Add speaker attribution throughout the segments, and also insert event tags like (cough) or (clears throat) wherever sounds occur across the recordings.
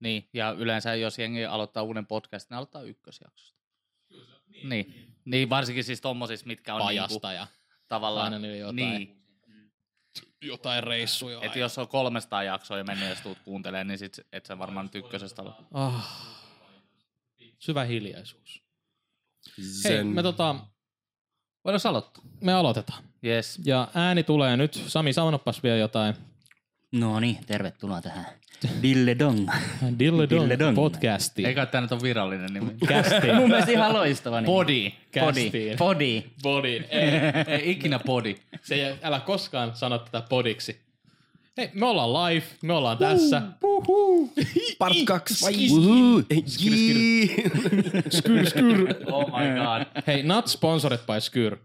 Speaker 1: Niin, ja yleensä jos jengi aloittaa uuden podcastin, ne aloittaa ykkösjaksosta. Niin. Niin, niin varsinkin siis tommosissa, mitkä on niinku,
Speaker 2: pajasta ja
Speaker 1: tavallaan...
Speaker 2: aina nyt jotain, niin.
Speaker 1: niin,
Speaker 2: jotain reissuja.
Speaker 1: että jos on 300 jaksoa ja mennyt, jos tuut kuuntelemaan, niin sit et sä varmaan nyt ykkösestä ole.
Speaker 2: Ah. Syvä hiljaisuus.
Speaker 3: Zen.
Speaker 2: Hei, me, tota,
Speaker 1: Voidaan aloittaa.
Speaker 2: me aloitetaan.
Speaker 1: Yes.
Speaker 2: Ja ääni tulee nyt. Sami, saunoppas vielä jotain.
Speaker 4: No niin, tervetuloa (laughs) tähän. Ville Dong.
Speaker 2: Dille
Speaker 4: Dille
Speaker 2: Dong
Speaker 4: Dong.
Speaker 2: podcastiin. (laughs)
Speaker 1: Eikä tää nyt ole virallinen nimi.
Speaker 2: Kästiin.
Speaker 4: Mun mielestä ihan loistava. Niin.
Speaker 1: Body.
Speaker 4: Podi.
Speaker 2: Kästiin.
Speaker 4: Podi.
Speaker 2: Bodin. (laughs) Ei,
Speaker 1: (laughs) Ei ikinä body.
Speaker 2: se ei, älä koskaan sano tätä podiksi. Hei, me ollaan live, me ollaan tässä.
Speaker 3: Part 2.
Speaker 2: Skis- Skyr, skyr.
Speaker 1: (laughs) Oh my god.
Speaker 2: Hei, not sponsored by Skyr.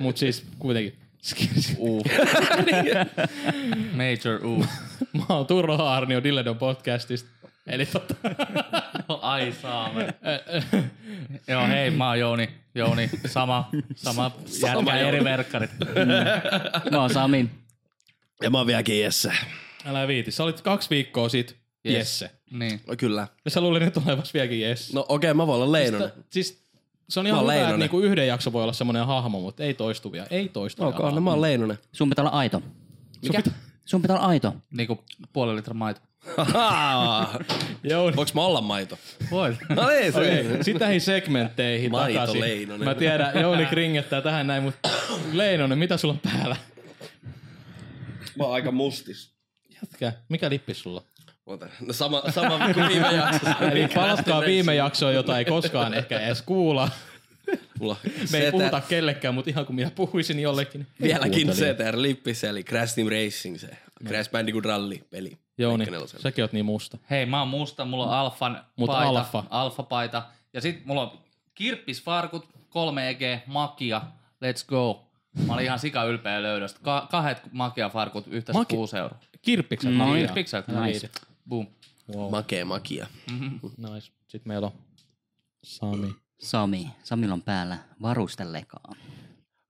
Speaker 2: Mut siis kuitenkin. Skyr, skyr.
Speaker 1: Uh. Major U.
Speaker 2: (laughs) Mä oon Turho Aarnio Dilledon podcastista. Eli tota,
Speaker 1: (laughs) Ai saame. (laughs) Joo, hei, mä oon Jouni. Jouni, sama, sama, jätkä eri verkkarit.
Speaker 4: Mä oon Sami.
Speaker 3: Ja mä oon vielä Jesse.
Speaker 2: älä viiti. Sä olit kaksi viikkoa sit yes. Jesse.
Speaker 1: Niin.
Speaker 3: No kyllä.
Speaker 2: Ja sä luulin, että olevas vieläkin Jesse.
Speaker 3: No okei, okay, mä voin olla Leinonen.
Speaker 2: Mutta Siis se on ihan
Speaker 3: Mä oon
Speaker 2: hyvä, että
Speaker 3: Leinonen.
Speaker 2: niinku yhden jakso voi olla semmonen hahmo, mutta ei toistuvia. Ei toistuvia.
Speaker 3: Ok, no mä oon Leinonen.
Speaker 4: Sun pitää olla aito.
Speaker 2: Mikä?
Speaker 4: Sun pitää olla aito.
Speaker 1: Niinku puolen litran maito.
Speaker 3: Ahaa.
Speaker 2: Jouni.
Speaker 3: Voiks mä olla maito?
Speaker 1: Voit.
Speaker 3: No ei, se
Speaker 2: Okei,
Speaker 3: okay.
Speaker 2: sitten näihin segmentteihin
Speaker 3: Maito
Speaker 2: takaisin.
Speaker 3: Leinonen.
Speaker 2: Mä tiedän, Jouni kringettää tähän näin, mutta Leinonen, mitä sulla on päällä?
Speaker 3: Mä oon aika mustis.
Speaker 2: Jatka, mikä lippi sulla on?
Speaker 3: Ota. No sama, sama kuin viime jaksossa.
Speaker 2: Eli palatkaa viime jaksoon, jota ei koskaan ehkä edes kuulla.
Speaker 3: Mulla
Speaker 2: Me ei
Speaker 3: Seter-
Speaker 2: puhuta kellekään, mutta ihan kun minä puhuisin jollekin.
Speaker 3: Vieläkin
Speaker 2: Kuuntelija.
Speaker 3: CTR Lippis, eli Crash Team Racing se. Crash Bandicoot Rally peli.
Speaker 2: Jouni,
Speaker 3: Nelosella.
Speaker 2: säkin oot niin musta.
Speaker 1: Hei, mä oon musta, mulla on alfan
Speaker 2: Mut
Speaker 1: paita,
Speaker 2: alfa.
Speaker 1: alfapaita. Ja sit mulla on kirppisfarkut, 3G, makia, let's go. Mä olin ihan sika ylpeä löydöstä. Ka- kahdet makia farkut yhteensä
Speaker 2: Maki-
Speaker 1: Maki- 6 euroa.
Speaker 2: Kirppikset. No
Speaker 1: Kirppikset.
Speaker 4: Nice.
Speaker 1: Boom.
Speaker 3: Makee makia.
Speaker 2: Nice. Sitten meillä on Sami.
Speaker 4: Sami. Samilla on päällä varustelekaa.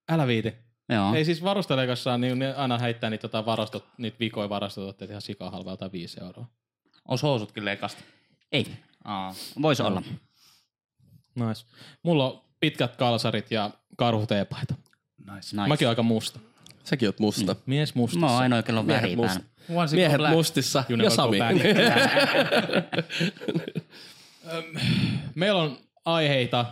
Speaker 2: Älä viiti.
Speaker 4: Joo.
Speaker 2: Ei siis varustelekossa, niin ne aina heittää niitä, tota varastot, niitä vikoja varastototteet ihan sikaa halvalta 5 euroa.
Speaker 1: Ois housutkin lekasta.
Speaker 4: Ei.
Speaker 1: Aa.
Speaker 4: Vois olla.
Speaker 2: Nice. Mulla on pitkät kalsarit ja karhuteepaita.
Speaker 1: Nice.
Speaker 4: Nice.
Speaker 2: Mäkin oon aika musta.
Speaker 3: Säkin oot musta.
Speaker 2: Mies mustassa.
Speaker 4: Mä oon ainoa, kello on
Speaker 3: Miehet
Speaker 4: väri päällä.
Speaker 3: must-
Speaker 1: Once
Speaker 3: Miehet
Speaker 1: black.
Speaker 3: mustissa
Speaker 2: You
Speaker 3: ja
Speaker 2: never go
Speaker 3: Sami.
Speaker 2: back. (laughs) Öm, Meillä on aiheita,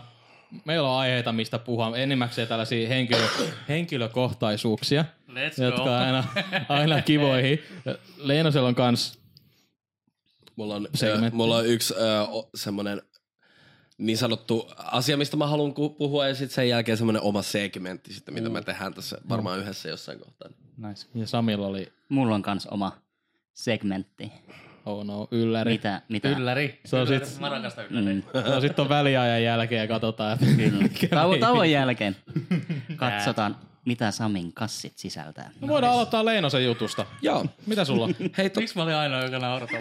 Speaker 2: meillä on aiheita, mistä puhua. Enimmäkseen tällaisia henkilö, henkilökohtaisuuksia,
Speaker 1: Let's go.
Speaker 2: jotka on aina, aina kivoihin. Leinosella on kans
Speaker 3: Mulla on,
Speaker 2: Segmentti.
Speaker 3: ö, mulla on yksi ö, o- semmonen niin sanottu asia, mistä mä haluan ku- puhua, ja sitten sen jälkeen semmoinen oma segmentti, sitten, mitä me tehdään tässä varmaan yhdessä jossain kohtaa.
Speaker 1: Nice.
Speaker 2: ja Samilla oli
Speaker 4: Mulla on kans oma segmentti.
Speaker 2: oh no, ylläri.
Speaker 4: Mitä? Mitä?
Speaker 1: Ylläri.
Speaker 2: Se on
Speaker 1: Ylläri.
Speaker 2: sit-
Speaker 1: Mä rakastan ylläri. Mm.
Speaker 2: No, sitten on väliajan jälkeen ja katsotaan, että mikä
Speaker 4: Tauon,
Speaker 2: meni.
Speaker 4: tauon (laughs) jälkeen. Katsotaan, mitä Samin kassit (laughs) sisältää.
Speaker 2: No, voidaan aloittaa Leinosen jutusta.
Speaker 3: Joo.
Speaker 2: Mitä sulla on?
Speaker 3: Hei, to,
Speaker 1: Miksi mä olin ainoa, joka naurattaa?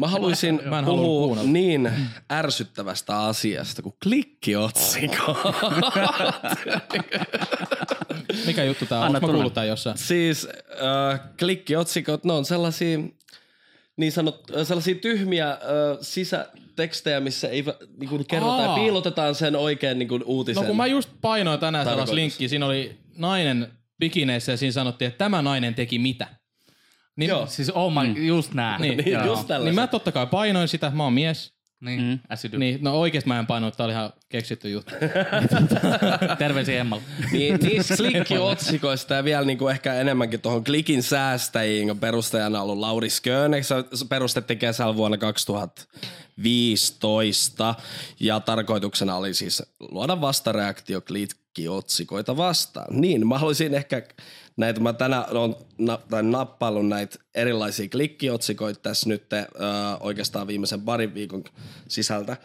Speaker 3: mä haluaisin
Speaker 2: Mä en halua
Speaker 3: puhua
Speaker 2: kuunnella.
Speaker 3: niin ärsyttävästä asiasta kuin klikkiotsikko.
Speaker 2: Mikä juttu tää on?
Speaker 4: Anna
Speaker 2: Anna mä
Speaker 4: tulla.
Speaker 2: kuullut tää jossain?
Speaker 3: Siis äh, klikkiotsikot, ne on sellaisia niin sanot, äh, sellaisia tyhmiä äh, sisätekstejä, missä ei va- niinku kerrota ja
Speaker 2: Aa.
Speaker 3: piilotetaan sen oikein niinku uutisen.
Speaker 2: No kun mä just painoin tänään sellaista
Speaker 3: Tarkoitus.
Speaker 2: linkkiä, siinä oli nainen bikineissä ja siinä sanottiin, että tämä nainen teki mitä. Niin,
Speaker 3: Joo.
Speaker 1: Siis oh my, mm. just nää.
Speaker 2: Niin,
Speaker 3: (laughs) Niin,
Speaker 1: Joo.
Speaker 3: just
Speaker 2: niin
Speaker 3: tällaisen.
Speaker 2: mä totta kai painoin sitä, mä oon mies.
Speaker 1: Niin, mm. as you do.
Speaker 2: Niin, no oikeesti mä en painoin, tää oli ihan keksitty juttu.
Speaker 1: Terveisiä Emmalle.
Speaker 3: Niin, niistä klikkiotsikoista ja vielä niinku ehkä enemmänkin tuohon klikin säästäjiin, kun perustajana ollut Lauri Skönek. Se se perustettiin kesällä vuonna 2015 ja tarkoituksena oli siis luoda vastareaktio klikkiotsikoita vastaan. Niin, mä haluaisin ehkä näitä, mä tänään on na, tai nappaillut näitä erilaisia klikkiotsikoita tässä nyt äh, oikeastaan viimeisen parin viikon sisältä. (laughs)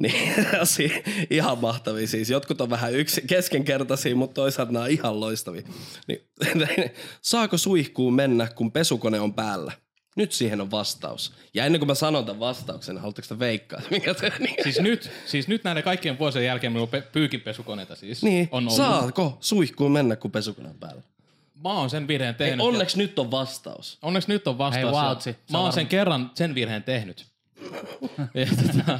Speaker 3: Niin, si- ihan mahtavia siis. Jotkut on vähän yksi, keskenkertaisia, mutta toisaalta nämä on ihan loistavia. Niin, (laughs) saako suihkuun mennä, kun pesukone on päällä? Nyt siihen on vastaus. Ja ennen kuin mä sanon tämän vastauksen, niin haluatteko te veikkaa? (laughs) Mikä te, niin,
Speaker 2: siis nyt, siis nyt näiden kaikkien vuosien jälkeen minulla on pe- pyykinpesukoneita siis.
Speaker 3: niin
Speaker 2: on ollut.
Speaker 3: saako suihkuun mennä, kun pesukone on päällä?
Speaker 2: mä oon sen virheen
Speaker 3: Ei,
Speaker 2: tehnyt.
Speaker 3: onneksi nyt on vastaus.
Speaker 2: Onneksi nyt on vastaus.
Speaker 1: Hei,
Speaker 2: ja
Speaker 1: Vautsi,
Speaker 2: Mä
Speaker 1: sä
Speaker 2: oon
Speaker 1: varm-
Speaker 2: sen kerran sen virheen
Speaker 1: (laughs)
Speaker 2: tehnyt. Ja tota,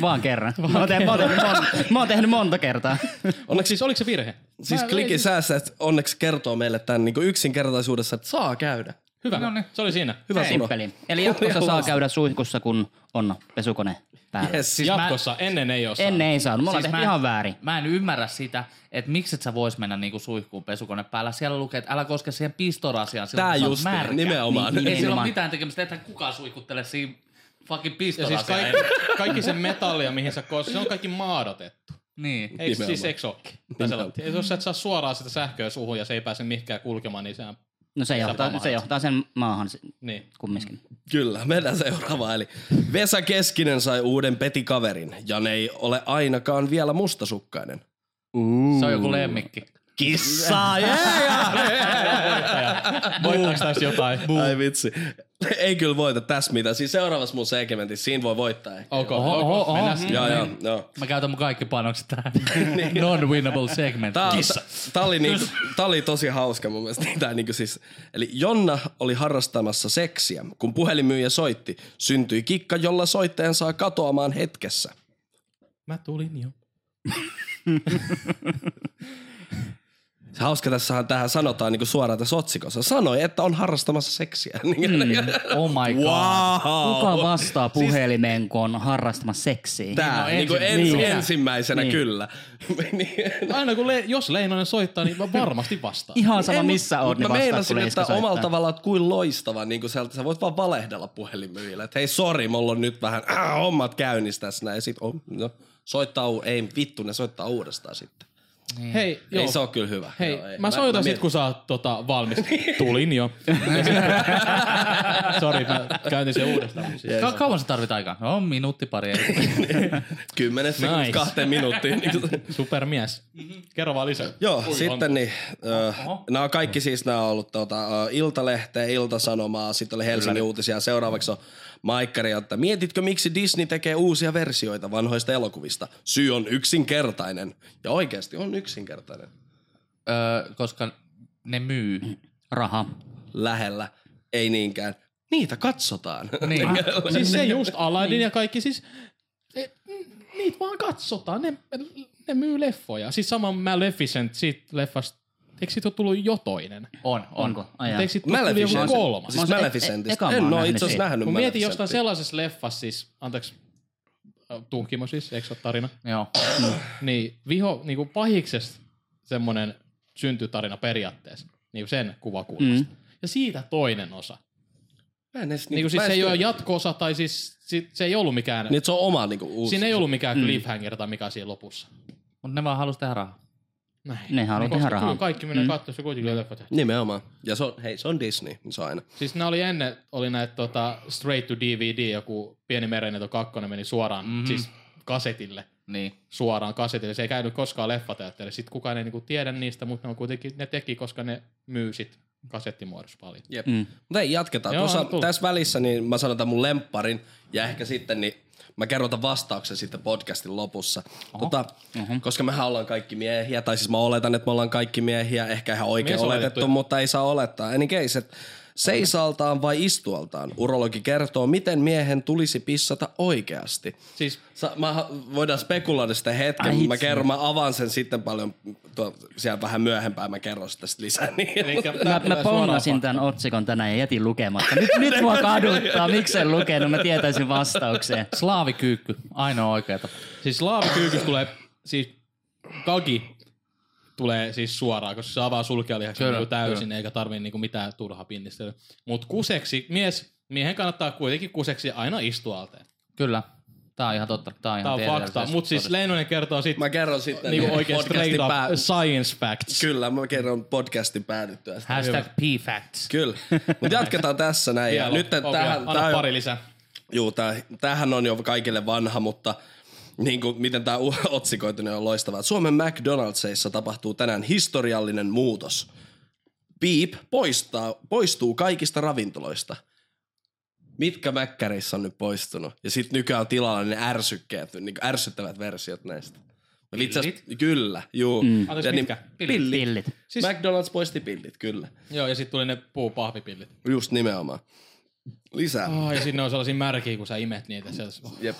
Speaker 4: Vaan kerran. Mä oon, tehnyt, mä, oon tehnyt monta, mä oon tehnyt monta kertaa. (laughs)
Speaker 2: onneksi siis oliko se virhe?
Speaker 3: Siis klikin säässä, että onneksi kertoo meille tämän niin yksinkertaisuudessa, että saa käydä.
Speaker 2: Hyvä.
Speaker 1: No niin.
Speaker 2: Se oli siinä.
Speaker 3: Hyvä Suno.
Speaker 4: Simppeli. Eli jatkossa saa käydä suihkussa, kun on pesukone päällä.
Speaker 3: Yes.
Speaker 1: Siis mä-
Speaker 2: Jatkossa ennen ei ole saanut.
Speaker 4: Ennen ei saanut. Me ollaan siis tehty
Speaker 1: mä en-
Speaker 4: ihan väärin.
Speaker 1: Mä en ymmärrä sitä, että miksi et sä vois mennä niinku suihkuun pesukone päällä. Siellä lukee, että älä koske siihen pistorasiaan, silloin
Speaker 3: Tää
Speaker 1: kun sä oot
Speaker 3: just, niin,
Speaker 1: märkä.
Speaker 3: nimenomaan.
Speaker 1: Niin, ei sillä ole
Speaker 4: Nimenomaan.
Speaker 1: mitään tekemistä, ethän kukaan suihkuttele siinä fucking
Speaker 2: Ja siis
Speaker 1: pistorasiaan.
Speaker 2: kaikki, kaikki se metallia, mihin sä koskit, se on kaikki maadotettu.
Speaker 1: Niin.
Speaker 2: Eikö
Speaker 3: Nimenomaan.
Speaker 2: siis eikö olekin? Tai sellainen. Ja Jos sä et saa suoraan sitä sähköä suhun ja se ei pääse mihinkään kulkemaan, niin sehän...
Speaker 4: No se johtaa, se johtaa sen maahan si-
Speaker 2: Niin.
Speaker 4: kumminkin.
Speaker 3: Kyllä, mennään seuraavaan. Eli Vesa Keskinen sai uuden petikaverin, ja ne ei ole ainakaan vielä mustasukkainen.
Speaker 1: Se on joku lemmikki.
Speaker 3: Kissa, yeah!
Speaker 2: Voittaako tässä jotain?
Speaker 3: Ai vitsi. (laughs) Ei kyllä voita tässä mitään. Siis seuraavassa mun segmentissä siinä voi voittaa
Speaker 1: Oh.
Speaker 3: ehkä.
Speaker 2: Ok,
Speaker 1: Oho,
Speaker 2: ok,
Speaker 1: oho, oho.
Speaker 2: mennään.
Speaker 1: Mm.
Speaker 3: Joo, joo, joo.
Speaker 1: Mä käytän mun kaikki panokset
Speaker 3: (laughs)
Speaker 1: tähän non-winnable
Speaker 3: Niin. Tää,
Speaker 1: segmenttiin.
Speaker 3: tää, tää, oli niinku, tää oli tosi hauska mun mielestä. (laughs) Tää niinku siis, eli Jonna oli harrastamassa seksiä. Kun puhelinmyyjä soitti, syntyi kikka, jolla soittajan saa katoamaan hetkessä.
Speaker 2: Mä tulin jo.
Speaker 3: Se hauska tässähän tähän sanotaan niinku suoraan tässä otsikossa. Sanoi, että on harrastamassa seksiä. (laughs) Mm.
Speaker 1: Oh my god.
Speaker 4: Kuka vastaa puhelimeen, kun on harrastamassa seksiä?
Speaker 3: Tää,
Speaker 1: Niin, no
Speaker 3: niin, niinku
Speaker 1: ensin-
Speaker 3: ens,
Speaker 1: niin.
Speaker 3: ensimmäisenä
Speaker 4: Niin.
Speaker 3: kyllä. (laughs) niin.
Speaker 2: Aina kun le- jos Leinonen soittaa, niin mä varmasti vastaan.
Speaker 4: Ihan sama missä oot,
Speaker 3: Mutta
Speaker 4: niin
Speaker 3: mä
Speaker 4: vastaat, kun
Speaker 3: meinasin, että
Speaker 4: Leiska soittaa.
Speaker 3: omalla tavallaan oot kuin loistava, niin kuin sieltä, sä voit vaan valehdella puhelinmyyjille, että hei sori, mulla on nyt vähän äh, hommat käynnissä tässä näin, ja sit oh, no, soittaa, u- ei vittu, ne soittaa uudestaan sitten.
Speaker 2: Hei,
Speaker 3: Joo.
Speaker 2: joo.
Speaker 3: Mm. Ei se ole kyllä hyvä.
Speaker 2: Hei,
Speaker 3: Joo, ei.
Speaker 2: mä soitan sit,
Speaker 3: mietin.
Speaker 2: kun sä oot tota,
Speaker 3: (laughs)
Speaker 2: valmis. Tulin jo. Ja sit- (laughs) Sori, mä
Speaker 3: (laughs)
Speaker 2: käyntin sen uudestaan. Siis.
Speaker 1: Ka- kauan se tarvit aikaa? No minuutti pari. ei.
Speaker 3: (laughs) Kymmenestä nice.
Speaker 2: Nice.
Speaker 3: kahteen minuuttiin. niin kuin-
Speaker 2: siis Supermies. Kerro vaan lisää.
Speaker 3: Mhm. Joo, Ui, sitten niin, ö, nämä on kaikki siis nämä on ollut tuota, ö, Iltalehteä, Iltasanomaa, sitten oli Helsingin uutisia. Seuraavaksi on Maikkari, että mietitkö miksi Disney tekee uusia versioita vanhoista elokuvista? Syy on yksinkertainen. Ja oikeasti on yksinkertainen.
Speaker 1: öö, koska ne
Speaker 3: (laughs)
Speaker 1: myy. Niin.
Speaker 4: Raha.
Speaker 3: Lähellä, ei niinkään. Niitä katsotaan. (laughs)
Speaker 1: Niin.
Speaker 2: On. Siis se just
Speaker 3: Niin.
Speaker 2: Aladdin ja kaikki siis... e, n- Niitä vaan katsotaan. Ne, ne myy leffoja. Siis sama Maleficent siitä leffasta. Eikö siitä ole tullut jotoinen?
Speaker 1: On, on.
Speaker 4: Onko? Ai jaa.
Speaker 2: Eikö siitä tullut joku
Speaker 3: Maleficent.
Speaker 2: kolmas?
Speaker 3: Siis
Speaker 4: Mä oon se- e-
Speaker 3: Maleficentista.
Speaker 4: eka mä
Speaker 3: en
Speaker 4: oon
Speaker 3: ole
Speaker 4: nähnyt
Speaker 3: itse asiassa
Speaker 4: siitä.
Speaker 3: nähnyt
Speaker 2: Mä mietin
Speaker 3: Maleficentia.
Speaker 2: jostain sellaisessa leffassa siis, anteeksi, äh, tuhkimo siis, eikö se ole tarina?
Speaker 1: Joo.
Speaker 2: Niin viho, niinku pahiksesta semmonen syntytarina periaatteessa, niinku sen kuvakulmasta. Mm. Ja siitä toinen osa.
Speaker 3: Mä en
Speaker 4: Niin
Speaker 3: edes,
Speaker 2: Niinku
Speaker 3: mä
Speaker 2: siis
Speaker 3: en
Speaker 2: se ei
Speaker 3: tiedä.
Speaker 2: ole jatko-osa, tai siis sit, se ei ollut mikään,
Speaker 3: Niin, että se on oma niinku uusi.
Speaker 2: siinä ei ollut
Speaker 4: Mm.
Speaker 2: mikään cliffhanger tai mikä siinä lopussa.
Speaker 1: Mutta ne vaan halus tehdä rahaa.
Speaker 2: Näin. Niin,
Speaker 4: Ne haluaa tehdä rahaa.
Speaker 2: Kaikki menee mm. katsoa, se kuitenkin oli leffat.
Speaker 3: Nimenomaan. Ja se on, hei, se on Disney, niin se on aina.
Speaker 2: Siis ne oli ennen, oli näitä tota, straight to DVD, joku pieni merenneto kakkonen meni suoraan, mm-hmm. siis kasetille.
Speaker 1: Niin.
Speaker 2: suoraan kasetille. Se ei käynyt koskaan leffateatterissa. Sitten kukaan ei niinku tiedä niistä, mutta ne, on kuitenkin, ne teki, koska ne myy sit kasettimuodossa paljon.
Speaker 3: Jep. Mm. Mutta ei, jatketaan.
Speaker 2: Joo,
Speaker 3: Tuossa,
Speaker 2: anna tulla.
Speaker 3: tässä välissä niin mä sanon tämän mun lempparin ja ehkä sitten niin mä kerron tämän vastauksen sitten podcastin lopussa. Tota, Koska mehän ollaan kaikki miehiä, tai siis mä oletan, että me ollaan kaikki miehiä, ehkä ihan oikein
Speaker 2: Mies oletettu.
Speaker 3: oletettu, mutta ei saa olettaa. Any case, että seisaltaan vai istualtaan urologi kertoo, miten miehen tulisi pissata oikeasti.
Speaker 2: Siis
Speaker 3: Sa- mä, voidaan spekuloida sitä hetken, mutta mä kerron, mä avaan sen sitten paljon, tuo, siellä vähän myöhempään mä kerron sitä sitten lisää. (laughs) Niin.
Speaker 2: elikkä
Speaker 4: Mä,
Speaker 2: tää
Speaker 4: mä
Speaker 2: tulee
Speaker 4: pongasin
Speaker 2: suoraan
Speaker 4: tämän otsikon tänään ja jätin lukematta. Nyt, nyt mua kaduttaa, miksi en lukenut, mä tietäisin vastauksen.
Speaker 1: Slaavikyykky. Ainoa oikea tapa.
Speaker 2: pa- Siis laavikyykystä tulee, siis kagi tulee siis suoraan, koska se avaa sulkealihaksen
Speaker 1: Kyllä,
Speaker 2: niinku täysin, eikä tarvii niinku mitään turhaa pinnistelyä. Mutta kuseksi, mies, miehen kannattaa kuitenkin kuseksi aina istua alteen.
Speaker 1: Kyllä. Tää on ihan totta. Tää on ihan
Speaker 2: Tää on fakta.
Speaker 1: tieteellisesti
Speaker 2: Mutta siis
Speaker 1: todistettu.
Speaker 2: Leinonen kertoo sit
Speaker 3: Mä kerron sitten
Speaker 2: niinku
Speaker 3: niin
Speaker 2: oikein
Speaker 3: podcastin
Speaker 2: straight up
Speaker 3: pää-
Speaker 2: science facts.
Speaker 3: Kyllä, mä kerron podcastin päätyttyä. sitä.
Speaker 1: Hashtag P-facts.
Speaker 3: Kyllä. Mutta jatketaan tässä näin. Ja
Speaker 2: Vielä
Speaker 3: nyt
Speaker 2: on- on
Speaker 3: tähän,
Speaker 2: vielä. Anna
Speaker 3: tähän,
Speaker 2: pari lisää.
Speaker 3: juu, tää, tämähän on jo kaikille vanha, mutta niin kuin, miten tämä (laughs) otsikoitunut on loistavaa. Suomen McDonald'sissa tapahtuu tänään historiallinen muutos. Piip poistaa, poistuu kaikista ravintoloista. Mitkä mäkkäreissä on nyt poistunut? Ja sitten nykyään on tilalla ne ärsykkeet, niin ärsyttävät niinku versiot näistä. Itse asiassa, kyllä, juu. Mm.
Speaker 2: Anteeksi, mitkä?
Speaker 4: Pillit. Pillit.
Speaker 2: Siis-
Speaker 3: Siis... McDonald's poisti pillit, kyllä.
Speaker 2: Joo, ja sitten tuli ne puupahvipillit.
Speaker 3: Just nimenomaan. Lisää.
Speaker 2: Oh, ja sinne on sellaisia märkiä, kun sä imet niitä. Se on-
Speaker 3: Jep.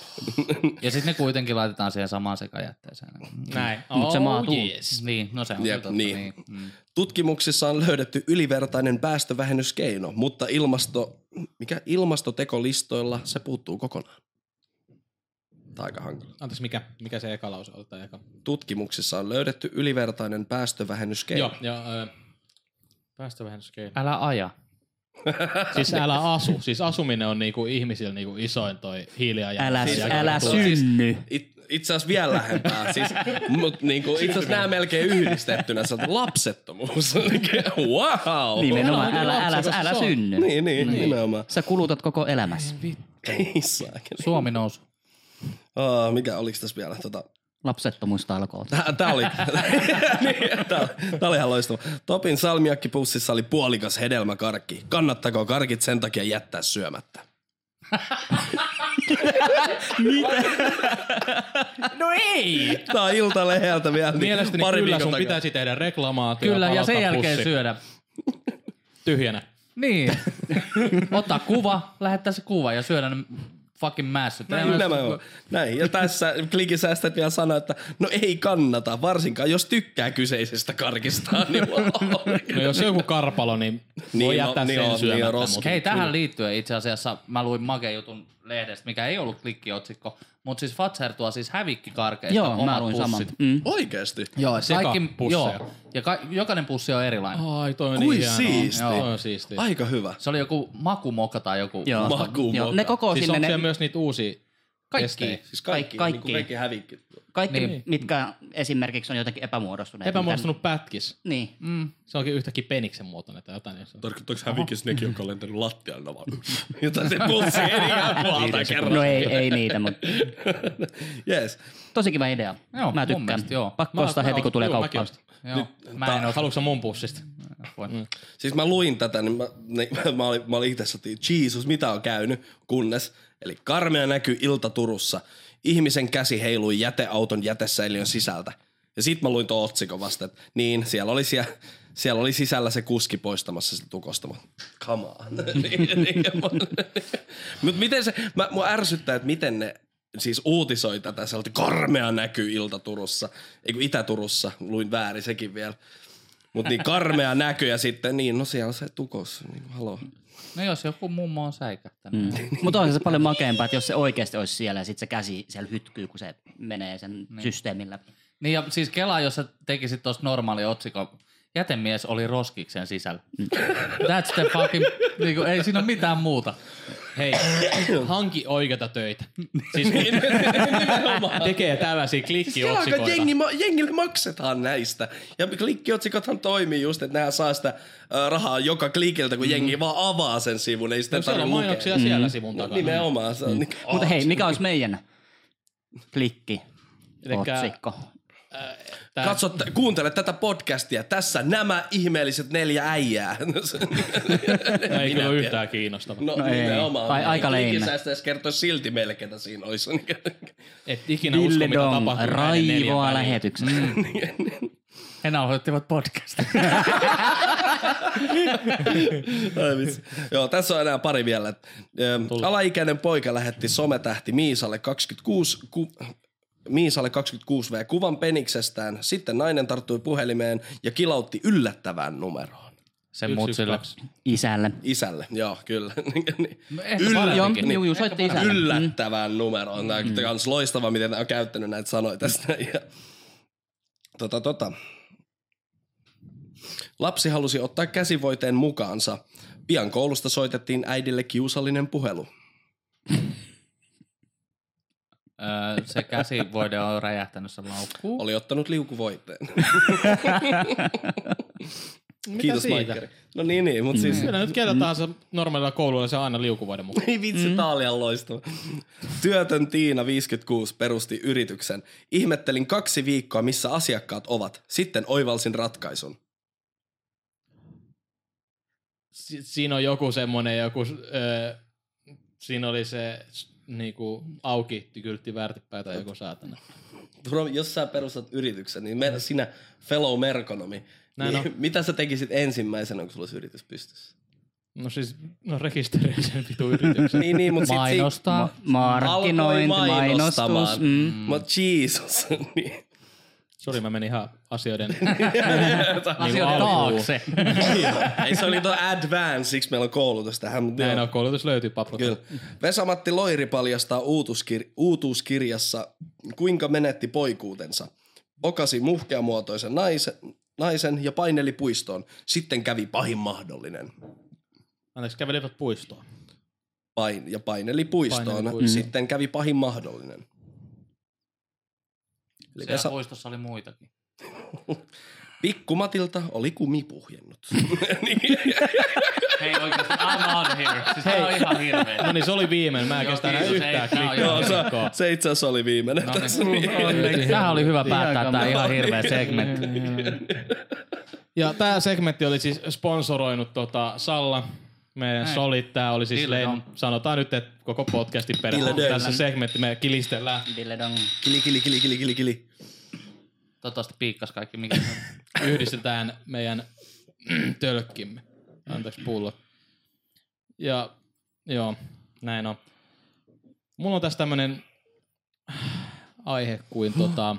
Speaker 1: Ja sitten ne kuitenkin laitetaan siihen samaan sekajätteeseen.
Speaker 2: Näin. Oh,
Speaker 4: Mut se maatuu.
Speaker 2: yes.
Speaker 1: Niin, no se on
Speaker 3: Jep,
Speaker 1: kyllä totta.
Speaker 3: niin.
Speaker 1: Niin. Mm.
Speaker 3: Tutkimuksissa on löydetty ylivertainen päästövähennyskeino, mutta ilmasto, mikä ilmastotekolistoilla se puuttuu kokonaan. Tää aika hankala.
Speaker 2: Anteeksi, mikä, mikä se eka lause oli? Tai eka?
Speaker 3: Tutkimuksissa on löydetty ylivertainen päästövähennyskeino.
Speaker 2: Joo, joo. Öö, päästövähennyskeino.
Speaker 1: Älä aja.
Speaker 2: Siis älä asu. Siis asuminen on niinku ihmisillä niinku isoin toi hiilijalanjälki.
Speaker 4: Älä,
Speaker 2: Siis-
Speaker 4: älä
Speaker 2: Siis-
Speaker 4: synny.
Speaker 3: It, itse asiassa vielä lähempää. Siis, mut niinku, itse asiassa nämä melkein yhdistettynä. Se on lapsettomuus. wow!
Speaker 4: Nimenomaan,
Speaker 2: Älä-
Speaker 4: älä, älä,
Speaker 2: lapsekas
Speaker 4: älä
Speaker 2: se on.
Speaker 4: synny.
Speaker 3: Niin, niin, niin. nimenomaan.
Speaker 4: Sä kulutat koko elämässä.
Speaker 3: Ei saakeli.
Speaker 1: Suomi nousu.
Speaker 3: Oh, mikä oliks tässä vielä? Tota,
Speaker 4: Lapsettomuustalkoot.
Speaker 3: tää, tää,
Speaker 2: (laughs)
Speaker 3: oli, niin, tää, tää oli ihan loistava. Topin salmiakkipussissa oli puolikas hedelmäkarkki. Kannattaako karkit sen takia jättää syömättä?
Speaker 4: No ei!
Speaker 3: Tää on iltaleheltä vielä. Niin
Speaker 2: Mielestäni
Speaker 3: pari
Speaker 2: kyllä
Speaker 3: viikon
Speaker 2: sun
Speaker 3: takaa.
Speaker 2: pitäisi tehdä reklamaatio.
Speaker 1: Kyllä, ja
Speaker 2: palata
Speaker 1: sen jälkeen
Speaker 2: pussi
Speaker 1: syödä.
Speaker 2: Tyhjänä.
Speaker 1: Niin.
Speaker 4: (laughs)
Speaker 1: Ota kuva, lähettää se kuva ja syödä ne fucking
Speaker 4: No
Speaker 1: mässyt.
Speaker 4: niin.
Speaker 3: Näin,
Speaker 1: Nämä-
Speaker 3: nämä on. Näin. Ja tässä klikin säästät vielä sanoa, että no ei kannata, varsinkaan jos tykkää kyseisestä karkista. (laughs) Niin
Speaker 2: No jos joku karpalo, niin voi
Speaker 3: Niin,
Speaker 2: jättää
Speaker 3: no, niin
Speaker 2: sen
Speaker 3: on, niin
Speaker 2: syömättä.
Speaker 3: on
Speaker 2: mutta-
Speaker 3: roski.
Speaker 1: Hei, tähän liittyen itse asiassa mä luin Make jutun lehdestä, mikä ei ollut klikkiotsikko, mutta siis Fatsertua siis hävikki karkeista
Speaker 4: Joo,
Speaker 1: omat
Speaker 4: mä luin saman.
Speaker 1: pussit.
Speaker 4: Mm.
Speaker 3: Oikeesti?
Speaker 1: Joo,
Speaker 2: sekapusseja.
Speaker 1: Joo, ja ka- jokainen pussi on erilainen.
Speaker 2: Ai, toi on
Speaker 3: Kui
Speaker 2: niin hienoa.
Speaker 3: siisti.
Speaker 2: Joo, toi on siistiä.
Speaker 3: Aika hyvä.
Speaker 1: Se oli joku makumoka tai joku.
Speaker 4: Joo.
Speaker 3: Makumoka.
Speaker 4: Joo, Ne koko
Speaker 2: Siis
Speaker 4: sinne,
Speaker 2: onko
Speaker 4: ne,
Speaker 2: siellä myös niitä uusia testejä?
Speaker 1: Kaikki.
Speaker 3: Siis kaikki,
Speaker 4: Kaik-
Speaker 3: kaikki. Niin
Speaker 4: kaikki.
Speaker 3: kaikki hävikki.
Speaker 4: kaikki
Speaker 1: Niin.
Speaker 4: mitkä esimerkiksi on jotenkin epämuodostuneet.
Speaker 2: Epämuodostunut pätkis.
Speaker 4: Mitä- Niin.
Speaker 1: Mm.
Speaker 2: Se onkin yhtäkkiä peniksen muotoinen tai jotain. jos on-
Speaker 3: Tarkoittaako hävikis nekin, joka on lentänyt lattialla no vaan? (laughs) Jotain se pussi eri puolta kerran.
Speaker 4: No ei, ei niitä, mutta
Speaker 3: (laughs) Yes.
Speaker 4: tosi kiva idea.
Speaker 1: Joo,
Speaker 4: mä
Speaker 1: mun
Speaker 4: tykkään.
Speaker 1: mielestä, joo.
Speaker 4: Pakko
Speaker 2: Mä-
Speaker 4: ostaa
Speaker 2: mä
Speaker 4: heti, kun
Speaker 2: ostin,
Speaker 4: tulee
Speaker 2: juu, mäkin
Speaker 4: kauppaan.
Speaker 2: ostin.
Speaker 1: Joo. Mä en oo
Speaker 2: Haluatko sä mun pussista?
Speaker 1: voi.
Speaker 3: Siis mä luin tätä, niin mä, niin, (laughs) mä olin, mä olin itse asiassa, että Jeesus, mitä on käynyt, kunnes. Eli karmea näkyy ilta Turussa. Ihmisen käsi heilui jäteauton jätesäiliön sisältä. Ja sit mä luin tuon otsikon vasta, että niin, siellä oli, siellä, siellä oli sisällä se kuski poistamassa sitä tukostamaa. Come on. (laughs) Niin, Mutta miten se, mä, mua ärsyttää, että miten ne siis uutisoi tätä, se karmea näkyy ilta Turussa, ei kun Itä-Turussa, luin väärin sekin vielä. Mutta niin karmea näky ja sitten niin, no siellä on se tukos, niin kuin haloo.
Speaker 1: No jos joku mummo on säikähtänyt. Mm.
Speaker 4: Mutta on se paljon makeampaa, että jos se oikeasti olisi siellä ja sitten se käsi siellä hytkyy, kun se menee sen systeemin läpi.
Speaker 1: Niin ja siis Kela, jos sä tekisit tosta normaali otsikon, jätemies oli roskiksen sisällä. That's the fucking, niinku, ei siinä ole mitään muuta.
Speaker 2: Hei, hanki oikeita töitä.
Speaker 4: (laughs)
Speaker 2: Siis
Speaker 4: Niin.
Speaker 2: tekee tällaisia
Speaker 3: Siis Siellä alkaa
Speaker 2: klikkiotsikoita.
Speaker 3: jengi, ma- jengille maksetaan näistä. Ja klikkiotsikothan toimii just, että nehän saa sitä ö, rahaa joka klikiltä, kun jengi vaan avaa sen sivun, ei sitä
Speaker 2: Mm-hmm. No,
Speaker 3: no,
Speaker 2: siellä on
Speaker 3: tarvitse lukea.
Speaker 2: mainoksia
Speaker 4: Mm.
Speaker 2: siellä sivun
Speaker 3: No,
Speaker 2: takana.
Speaker 3: nimenomaan. Se on
Speaker 2: Mm.
Speaker 3: niin kuin,
Speaker 2: Oh,
Speaker 4: Mutta hei, mikä olisi meidän klikki?
Speaker 2: Elikkä-
Speaker 4: Otsikko.
Speaker 2: Tää-
Speaker 3: Katso, t- kuuntele tätä podcastia. Tässä nämä ihmeelliset neljä äijää. (laughs)
Speaker 2: No, Ei kyllä yhtään kiinnostava.
Speaker 3: No,
Speaker 4: No ei.
Speaker 3: nimenomaan.
Speaker 4: Ai- aika leimä.
Speaker 3: Klikisäästä edes kertoa silti meille, ketä siinä olisi.
Speaker 2: Et ikinä usko,
Speaker 4: Dille
Speaker 2: mitä
Speaker 4: Dom,
Speaker 2: tapahtuu. näiden neljän
Speaker 4: raivoa
Speaker 2: väliin.
Speaker 4: lähetyksen.
Speaker 1: Enää aloittivat podcastin.
Speaker 3: Ai vitsi. Joo, tässä on enää pari vielä. Ö, Alaikäinen poika lähetti sometähti Miisalle 26... Ku, Miisalle 26V kuvan peniksestään. Sitten nainen tarttui puhelimeen ja kilautti yllättävään numeroon.
Speaker 1: Sen
Speaker 2: Yksi,
Speaker 1: muut
Speaker 2: yksi,
Speaker 1: sille.
Speaker 2: kaksi.
Speaker 4: Isälle.
Speaker 3: Isälle, joo, kyllä. (laughs) Niin,
Speaker 1: No ehkä
Speaker 3: Yllä-
Speaker 4: Joo,
Speaker 1: parempikin.
Speaker 4: juu, juu, soitti isälle. Mm.
Speaker 3: yllättävään numeroon. Tämä on kans loistava, miten nämä on käyttänyt näitä sanoja tästä. (laughs) Ja, tota, tota. Lapsi halusi ottaa käsivoiteen mukaansa. Pian koulusta soitettiin äidille kiusallinen puhelu.
Speaker 1: Öö, se käsivoide on räjähtänyt sen laukkuun.
Speaker 3: Oli ottanut liukuvoiteen. Kiitos
Speaker 2: siitä?
Speaker 3: Maikkari. No niin, niin mutta siis...
Speaker 2: Kyllä nyt kellä tahansa normaalilla koululla se on aina liukuvuoden mukaan.
Speaker 3: Ei vitsi, mm. tää oli ihan loistava. Työtön Tiina 56 perusti yrityksen. Ihmettelin kaksi viikkoa, missä asiakkaat ovat. Sitten oivalsin ratkaisun.
Speaker 2: si- siinä on joku semmoinen, joku, ö, siinä oli se s- niinku auki kyltti väärtipäin tai joku saatana.
Speaker 3: Bro, jos sä perustat yrityksen, niin meitä sinä fellow merkonomi.
Speaker 2: Näin
Speaker 3: niin, (laughs) mitä sä tekisit ensimmäisenä, kun sulla olisi yritys (laughs) pystyssä?
Speaker 2: No siis, no rekisteröi sen vitu
Speaker 3: (laughs)
Speaker 2: yrityksen.
Speaker 3: Niin, niin, mutta sit si-
Speaker 1: Mainostaa.
Speaker 4: Markkinointi,
Speaker 3: Alkoi mainostamaan.
Speaker 4: mainostus. Mm.
Speaker 3: Mut Jesus. (laughs) niin.
Speaker 2: Sori, mä menin ihan asioiden niinku
Speaker 1: Asioiden
Speaker 2: alkuun.
Speaker 1: taakse.
Speaker 3: Ei, se oli tuo advance, siksi meillä on koulutus tähän. Mutta
Speaker 2: Näin
Speaker 3: joo,
Speaker 2: on, koulutus löytyy paprota.
Speaker 3: Kyllä. Vesa-Matti Loiri paljastaa uutuskir- uutuuskirjassa, kuinka menetti poikuutensa. Okasi muhkeamuotoisen naisen, naisen ja paineli puistoon. Sitten kävi pahin mahdollinen.
Speaker 2: Anteeksi, kävelivät puistoon.
Speaker 3: Pain, ja
Speaker 2: Paineli
Speaker 3: paineli puistoon. Paineli
Speaker 2: puistoon.
Speaker 3: puistoon. Sitten kävi pahin mahdollinen. Eli
Speaker 1: Siellä
Speaker 3: Vesa,
Speaker 1: puistossa oli muitakin.
Speaker 3: pikkumatilta oli Niin, kumi (laughs) puhjennut.
Speaker 1: Hei oikeesti, I'm on here. Siis tää on ihan hirveä.
Speaker 2: No niin, se oli viimeinen. Mä en
Speaker 1: Joo,
Speaker 2: kestä enää
Speaker 1: kiitos,
Speaker 2: yhtään
Speaker 1: ei. Tää on ihan-
Speaker 2: klikkaa.
Speaker 3: se itse asiassa oli viimeinen. No, tässä.
Speaker 1: Tähän niin, oli hyvä päättää
Speaker 4: Ihan
Speaker 1: tää
Speaker 4: kamala.
Speaker 1: ihan hirveä segmentti.
Speaker 2: Ja tämä segmentti oli siis sponsoroinut tota Salla. Me
Speaker 1: Näin.
Speaker 2: solit, tämä oli siis
Speaker 1: Dille
Speaker 2: Lein,
Speaker 1: dong.
Speaker 2: sanotaan nyt, että koko podcastin
Speaker 3: Dille
Speaker 2: perään
Speaker 3: dong.
Speaker 2: tässä segmentti me kilistellään.
Speaker 4: Mm. Dille dong.
Speaker 3: Kili, kili, kili, kili, kili, kili.
Speaker 1: Toivottavasti piikkas kaikki, mikä se on.
Speaker 2: yhdistetään meidän (clears throat) tölkkimme. Anteeksi pullo. Ja joo, näin on. Mulla on tässä tämmönen aihe kuin tota...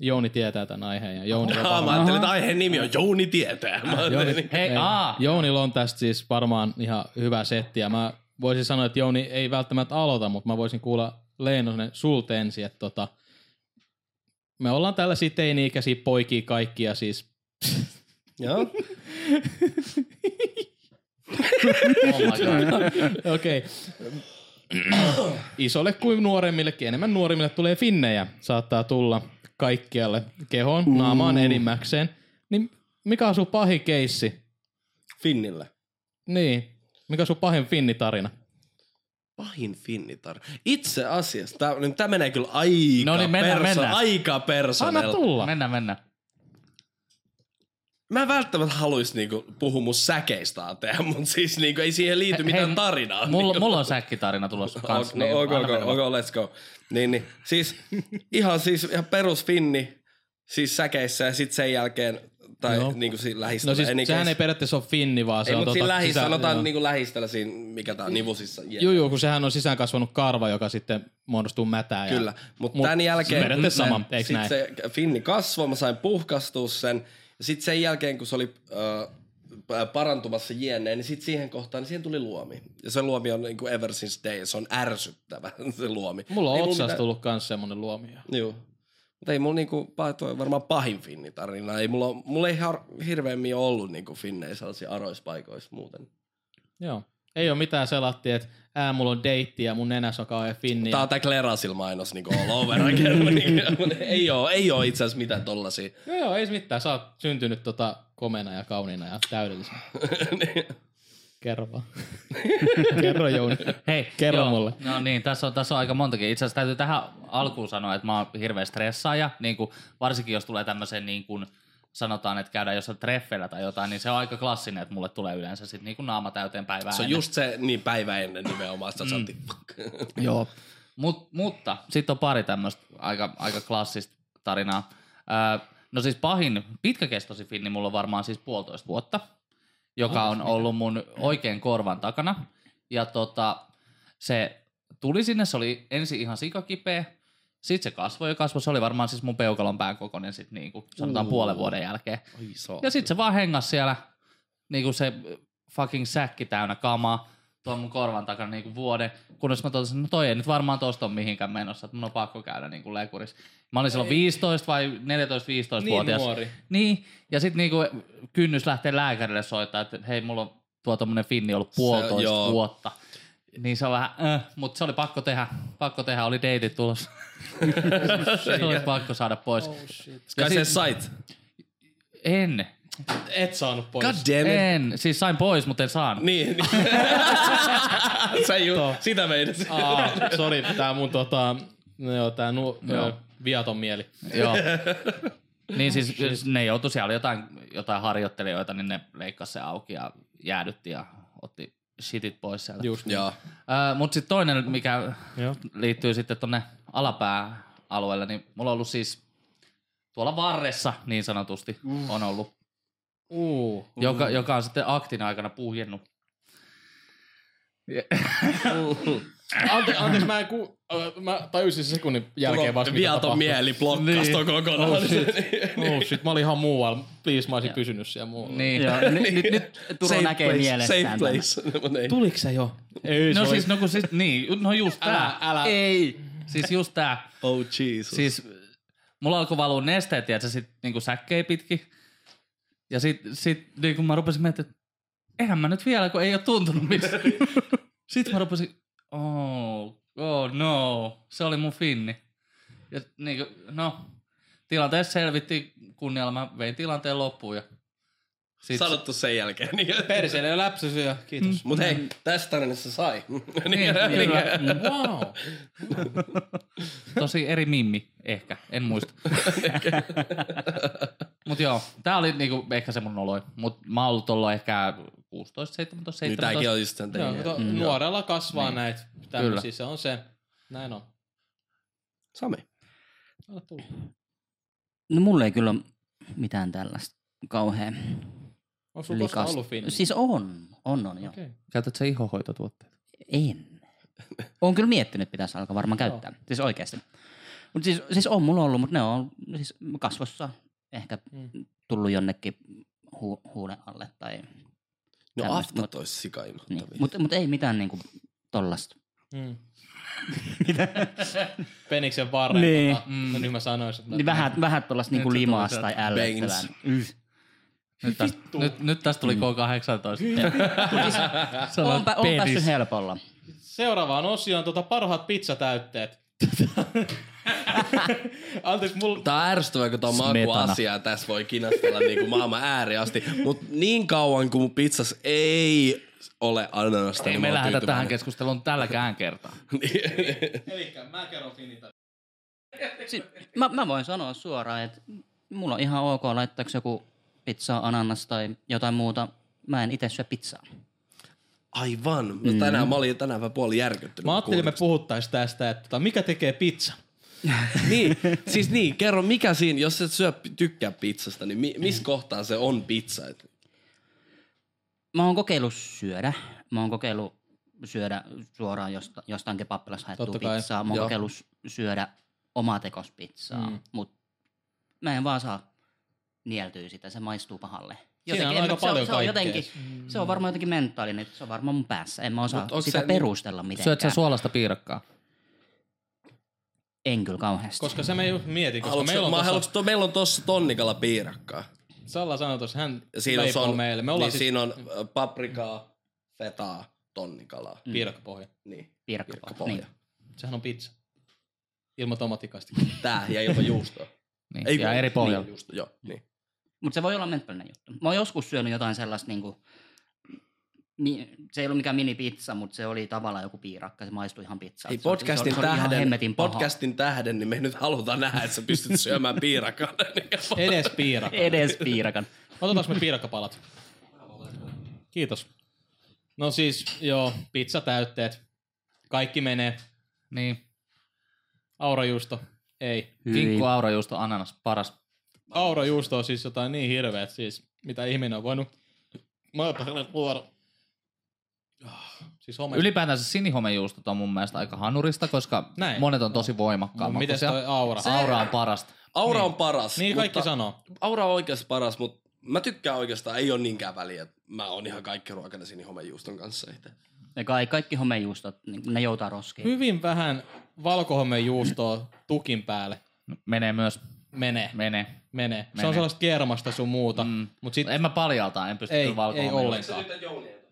Speaker 2: Jouni tietää tämän aiheen ja Jouni
Speaker 3: Ah, mä ajattelin, että aiheen nimi on Jouni tietää. Mä ajattelin, niin-
Speaker 2: Jouni,
Speaker 1: Hei,
Speaker 2: ei.
Speaker 1: aa!
Speaker 2: Jounilla on tästä siis varmaan ihan hyvä setti ja mä voisin sanoa, että Jouni ei välttämättä aloita, mutta mä voisin kuulla Leinonen sulta ensin, että tota, me ollaan tällaisia teini-ikäisiä poikia kaikkia siis
Speaker 3: Joo.
Speaker 1: Oh my god.
Speaker 2: (laughs) Okei. Isolle kuin nuoremmillekin, enemmän nuoremmille tulee finnejä. Saattaa tulla kaikkialle kehoon, naamaan enimmäkseen. Niin mikä on sun pahin keissi?
Speaker 3: Finnillä.
Speaker 2: Niin. Mikä on sun pahin finnitarina?
Speaker 3: Pahin finnitar. Itse asiassa, tää, niin tää menee kyllä aika
Speaker 1: No niin, mennään,
Speaker 3: perso-
Speaker 1: mennään.
Speaker 3: aika
Speaker 2: Anna
Speaker 3: personella.
Speaker 2: tulla. No
Speaker 1: Mennään, mennään.
Speaker 3: Mä en välttämättä haluais niinku puhua mun säkeistä (laughs) tehdä, mutta siis niinku ei siihen liity mitään tarinaa.
Speaker 1: Mulla,
Speaker 3: niinku.
Speaker 1: mulla on säkkitarina tulossa
Speaker 3: Ok,
Speaker 1: kanssa.
Speaker 3: no,
Speaker 1: niin
Speaker 3: okay,
Speaker 1: anna
Speaker 3: okay,
Speaker 1: mennä
Speaker 3: okay, let's go. Niin, niin. Siis ihan, siis, ihan perus finni siis säkeissä ja sitten sen jälkeen tai
Speaker 2: Joo.
Speaker 3: no. niinku siinä lähistöllä.
Speaker 2: No siis
Speaker 3: niin
Speaker 2: sehän
Speaker 3: kestä.
Speaker 2: ei periaatteessa ole finni, vaan se
Speaker 3: ei,
Speaker 2: on
Speaker 3: mutta siinä
Speaker 2: tota,
Speaker 3: lähistöllä, sanotaan
Speaker 2: joo.
Speaker 3: niinku lähistöllä siinä, mikä tää on, nivusissa. Yeah.
Speaker 2: Juu, juu, kun sehän on sisään kasvanut karva, joka sitten muodostuu mätään.
Speaker 3: Kyllä, mutta
Speaker 2: Mut
Speaker 3: tämän jälkeen...
Speaker 2: periaatteessa
Speaker 3: kun
Speaker 2: sama,
Speaker 3: se-
Speaker 2: eiks
Speaker 3: sit
Speaker 2: näin?
Speaker 3: se finni kasvoi, mä sain puhkastua sen. Ja sitten sen jälkeen, kun se oli ö, p- parantumassa jieneen, niin sitten siihen kohtaan niin siihen tuli luomi. Ja se luomi on niinku ever since day, se on ärsyttävä (laughs) se luomi.
Speaker 2: Ja mulla on
Speaker 3: Ei mulla
Speaker 2: otsasta
Speaker 3: mitään-
Speaker 2: tullut kans semmonen luomio.
Speaker 3: Joo. Mutta ei mulla niinku, pa- toi on varmaan pahin finnitarina. Ei mulla, mulla ei har, hirveämmin ole ollut niinku finnejä sellaisia aroispaikoissa muuten.
Speaker 2: Niin. Joo. Ei ole mitään selattia, että ää, mulla on deitti ja mun nenässä on kauhean finni.
Speaker 3: Tää on tää Klerasil mainos niinku all over again. (laughs) Niinku, ei oo, ei oo itse asiassa mitään tollasia.
Speaker 2: Joo, joo, ei se mitään. Sä oot syntynyt tota komena ja kauniina ja täydellisenä. Kerro vaan. Kerro Jouni.
Speaker 1: Hei,
Speaker 2: Kerro mulle.
Speaker 1: No niin, tässä on, tässä on aika montakin. Itse asiassa täytyy tähän alkuun sanoa, että mä oon hirveä stressaaja, niin kuin, varsinkin jos tulee tämmöisen niin kuin, sanotaan, että käydään jossain treffeillä tai jotain, niin se on aika klassinen, että mulle tulee yleensä sit niin kuin naama täyteen päivää.
Speaker 3: Se on
Speaker 1: ennen.
Speaker 3: just se niin päivä ennen nimenomaan, että mm. fuck.
Speaker 1: Joo. Mut, mutta sitten on pari tämmöistä aika, aika klassista tarinaa. Öö, no siis pahin pitkäkestoisin finni mulla on varmaan siis puolitoista vuotta, joka on ollut mun oikein korvan takana. Ja tota, se tuli sinne, se oli ensin ihan sikakipeä, sitten se kasvoi ja kasvoi, se oli varmaan siis mun peukalon pään kokoinen sit niinku, sanotaan puolen vuoden jälkeen. Ja sit se vaan hengas siellä, niinku se fucking säkki täynnä kamaa, tuon mun korvan takana niinku vuoden, kunnes mä totesin, no toi ei nyt varmaan tosta on mihinkään menossa, että mun on pakko käydä niinku lekuris. Mä olin silloin 15 vai 14-15-vuotias.
Speaker 2: nuori.
Speaker 1: Niin, ja sit niinku kynnys lähtee lääkärille soittaa, että hei, mulla on tuo tommonen finni ollut puolitoista
Speaker 3: joo.
Speaker 1: vuotta. Niin se on vähän, äh, mutta se oli pakko tehdä, pakko tehdä, oli deitit tulossa. se oli pakko saada pois.
Speaker 3: Kai
Speaker 1: Ja
Speaker 3: se
Speaker 1: sit-
Speaker 3: sait.
Speaker 1: En,
Speaker 2: Et saanut pois.
Speaker 3: God damn it.
Speaker 1: en, siis sain pois, mutta en saanut.
Speaker 3: Niin. niin. Sä ju, sitä meidät.
Speaker 2: Aa, sori, tää mun tota, no joo, tää nu, joo.
Speaker 1: Joo.
Speaker 2: viaton mieli.
Speaker 1: Joo. Niin siis, siis ne joutui, siellä oli jotain, jotain harjoittelijoita, niin ne leikkasi se auki ja jäädytti ja otti shitit pois sieltä.
Speaker 2: Just.
Speaker 3: Joo.
Speaker 1: Äh, Mutta sitten toinen, mikä
Speaker 2: Joo.
Speaker 1: liittyy sitten tonne alapääalueelle, niin mulla on ollut siis tuolla varressa niin sanotusti on ollut,
Speaker 2: Uu.
Speaker 1: joka, joka on sitten aktin aikana puhjennut.
Speaker 2: Ante, anteeksi, mä, en ku, äh, mä tajusin sen sekunnin jälkeen vasta, mitä
Speaker 3: Viaton
Speaker 2: tapahtui.
Speaker 3: mieli blokkasi niin. kokonaan.
Speaker 2: Oh shit, mä olin ihan muualla. Please, mä olisin pysynyt siellä muualla.
Speaker 1: (laughs) Niin.
Speaker 4: Joo, nyt, nyt, nyt Turo
Speaker 3: Safe
Speaker 4: näkee
Speaker 3: place,
Speaker 4: mielessään tämän.
Speaker 3: Safe place. No, niin.
Speaker 2: Tuliko se jo? Ei,
Speaker 1: No siis, no kun siis, niin, no just
Speaker 2: Älä,
Speaker 1: tää.
Speaker 2: älä.
Speaker 1: Ei. Siis just tää.
Speaker 3: Oh Jesus.
Speaker 1: Siis mulla alkoi valua nesteet, tiedätkö, sit niinku säkkejä pitkin. Ja sit, sit niin kun mä rupesin miettimään, että eihän mä nyt vielä, kun ei ole tuntunut (laughs) missään. Sitten mä rupesin, oh, oh no, se oli mun finni. Ja niin kuin, no, tilanteessa selvittiin kunnialla, mä vein tilanteen loppuun ja sit,
Speaker 3: Sanottu sen jälkeen. Niin.
Speaker 2: Perseelle jo läpsäsi ja kiitos.
Speaker 3: Mut hei, tästä tarinasta sai.
Speaker 1: (laughs) niin, kyllä,
Speaker 2: Mm. Wow.
Speaker 1: tosi eri mimmi, ehkä, en (laughs) muista. Mut joo, tää oli niinku ehkä se mun noloi, mut mä oon ollut tuolla ehkä 16, 17,
Speaker 3: Niin tääkin
Speaker 1: 17.
Speaker 3: on just sen
Speaker 2: Joo,
Speaker 3: teidän.
Speaker 2: mutta nuorella kasvaa Mm. niin. näitä tämmöisiä,
Speaker 1: Kyllä.
Speaker 2: se on se. Näin on.
Speaker 3: Sami.
Speaker 2: Anna tulla.
Speaker 4: No mulla ei kyllä ole mitään tällaista kauhean
Speaker 2: On sulla koskaan
Speaker 4: likasta.
Speaker 2: ollut finni?
Speaker 4: Siis on, on, on joo.
Speaker 2: Okei.
Speaker 1: Käytät se ihohoitotuotteita?
Speaker 4: En. Oon kyllä miettinyt, että pitäisi alkaa varmaan käyttää. Joo. Siis oikeasti. Mut siis, siis on mulla ollut, mutta ne on siis kasvossa ehkä
Speaker 2: Mm.
Speaker 4: tullut jonnekin hu- huulen alle. Tai,
Speaker 3: No
Speaker 4: Tämmöstä,
Speaker 3: aftat
Speaker 4: mut-
Speaker 3: ois sika
Speaker 4: niin.
Speaker 3: innoittavia.
Speaker 4: Mutta mut ei mitään niinku tollasta.
Speaker 3: (laughs)
Speaker 2: Mm. (laughs) Peniksen varren.
Speaker 4: Niin.
Speaker 2: Tota, no nyt mä sanoisin. Että
Speaker 4: Niin vähän, vähän tollasta niinku
Speaker 1: Nyt se tuli
Speaker 4: limaasta tai
Speaker 1: sieltä.
Speaker 4: ällöttävää.
Speaker 3: Veins.
Speaker 1: Nyt, tästä, nyt, nyt tästä tuli K18.
Speaker 4: On, pä, on
Speaker 1: penis.
Speaker 4: päässyt helpolla.
Speaker 2: Seuraavaan osioon tota parhaat pizzatäytteet. (laughs) Anteeksi, mulla...
Speaker 3: Tää on ärsyttävää, kun tää on makuasia ja tässä voi kinastella niinku maailman ääri asti. Mut niin kauan kuin mun pizzas ei ole ananasta,
Speaker 1: Ei
Speaker 3: niin
Speaker 1: me
Speaker 3: mä oon
Speaker 1: lähdetä tähän
Speaker 3: tyytyväinen. Niin.
Speaker 1: keskusteluun tälläkään kertaa.
Speaker 3: (laughs)
Speaker 2: Elikkä, mä kerron finita.
Speaker 4: Siis, mä, mä voin sanoa suoraan, että mulla on ihan ok laittaako joku pizzaa ananas tai jotain muuta. Mä en itse syö pizzaa.
Speaker 3: Aivan. No tänään, mä olin tänään vähän puoli järkyttynyt.
Speaker 2: Mm. Mä ajattelin, me
Speaker 3: kun
Speaker 2: puhuttais tästä, että tota, mikä tekee pizza?
Speaker 3: kuulin.
Speaker 2: (laughs)
Speaker 3: Niin, siis niin, kerro mikä siinä, jos et syö, tykkää pizzasta, niin mi,
Speaker 2: Mm.
Speaker 3: missä kohtaa se on pizza? Et,
Speaker 4: Mä oon kokeillut syödä. Mä oon kokeillut syödä suoraan josta, jostain kebabbilassa haettua
Speaker 2: Totta kai,
Speaker 4: pizzaa. Mä oon
Speaker 3: joo.
Speaker 4: kokeillut s- syödä omaa tekospizzaa,
Speaker 2: Mm.
Speaker 4: mm. mutta mä en vaan saa nieltyä sitä. Se maistuu pahalle.
Speaker 2: Siinä on
Speaker 4: en
Speaker 2: aika
Speaker 4: mä- se,
Speaker 2: paljon
Speaker 4: on- se, on
Speaker 2: kaikkea. Mm.
Speaker 4: jotenkin, se on varmaan jotenkin mentaalinen, se on varmaan mun päässä. En mä osaa
Speaker 3: Mut onks
Speaker 4: sitä
Speaker 3: se-
Speaker 4: perustella
Speaker 1: Syöt sä
Speaker 4: mitenkään.
Speaker 1: suolasta piirakkaa?
Speaker 4: En kyllä kauheasti.
Speaker 2: Koska se me ei mieti, koska
Speaker 3: haluatko,
Speaker 2: meillä on
Speaker 3: mä,
Speaker 2: tossa,
Speaker 3: haluatko, meillä on tossa tonnikalla piirakkaa.
Speaker 2: Salla sanoi tossa, hän
Speaker 3: Ja siinä on,
Speaker 2: leipoo
Speaker 3: son,
Speaker 2: meille. Me
Speaker 3: niin
Speaker 2: ollaan
Speaker 3: siis...
Speaker 2: siis
Speaker 3: siinä on ö, paprikaa, fetaa, tonnikalaa.
Speaker 2: Mm. piirakkapohja.
Speaker 3: Niin.
Speaker 4: Piirakkapohja.
Speaker 3: Piirakkapohja.
Speaker 4: Niin.
Speaker 2: Sehän on pizza.
Speaker 3: Mm.
Speaker 2: Ilman tomatikasti.
Speaker 3: Tää ja ilman juustoa.
Speaker 1: Niin.
Speaker 3: Ei
Speaker 1: ja
Speaker 3: kun-
Speaker 1: eri pohjalla.
Speaker 3: Niin, juusto, joo, niin.
Speaker 4: Mutta se voi olla mentallinen juttu. Mä oon joskus syönyt jotain sellaista niinku, mi, se ei ollut mikään minipizza, mutta se oli tavallaan joku piirakka, se maistui ihan pizzalta.
Speaker 3: Ei,
Speaker 4: Se oli-
Speaker 3: podcastin,
Speaker 4: se oli, se oli ihan
Speaker 3: tähden,
Speaker 4: hemmetin paha.
Speaker 3: podcastin tähden, niin me nyt halutaan nähdä, että sä pystyt syömään piirakan. (laughs)
Speaker 2: Edes piirakka.
Speaker 4: Edes piirakan.
Speaker 2: Otetaanko me piirakkapalat? Kiitos. No siis, joo, pizzatäytteet. Kaikki menee.
Speaker 1: Niin.
Speaker 2: Aurajuusto. Ei.
Speaker 1: Kinkku, aurajuusto, ananas, paras.
Speaker 2: Aurajuusto on siis jotain niin hirveet, siis mitä ihminen on voinut. Mä oon luoda. Siis home.
Speaker 1: Ylipäätänsä sinihomejuustot on mun mielestä aika hanurista, koska
Speaker 2: Näin.
Speaker 1: monet on tosi voimakkaan
Speaker 2: No, mites toi aura?
Speaker 1: Aura on parasta.
Speaker 3: Aura on paras.
Speaker 2: Niin kaikki
Speaker 3: mutta-
Speaker 2: sanoo.
Speaker 3: Aura on oikeasti paras, mutta mä tykkään oikeastaan, ei ole niinkään väliä. että Mä oon ihan kaikki ruokana sinihomejuuston kanssa itse.
Speaker 4: Ja kai, kaikki homejuustot, niin ne joutaa
Speaker 3: Hmm.
Speaker 4: roskiin.
Speaker 2: Hyvin vähän valkohomejuustoa tukin päälle
Speaker 1: Menee myös.
Speaker 2: menee.
Speaker 1: Menee.
Speaker 2: menee. menee. Se on
Speaker 1: Menee.
Speaker 2: sellaista kermasta sun muuta. Mm. Mut sit
Speaker 1: En mä paljalta, en pysty
Speaker 2: Ei,
Speaker 1: kyllä valkoon
Speaker 2: ei
Speaker 1: menemään.
Speaker 2: ollenkaan.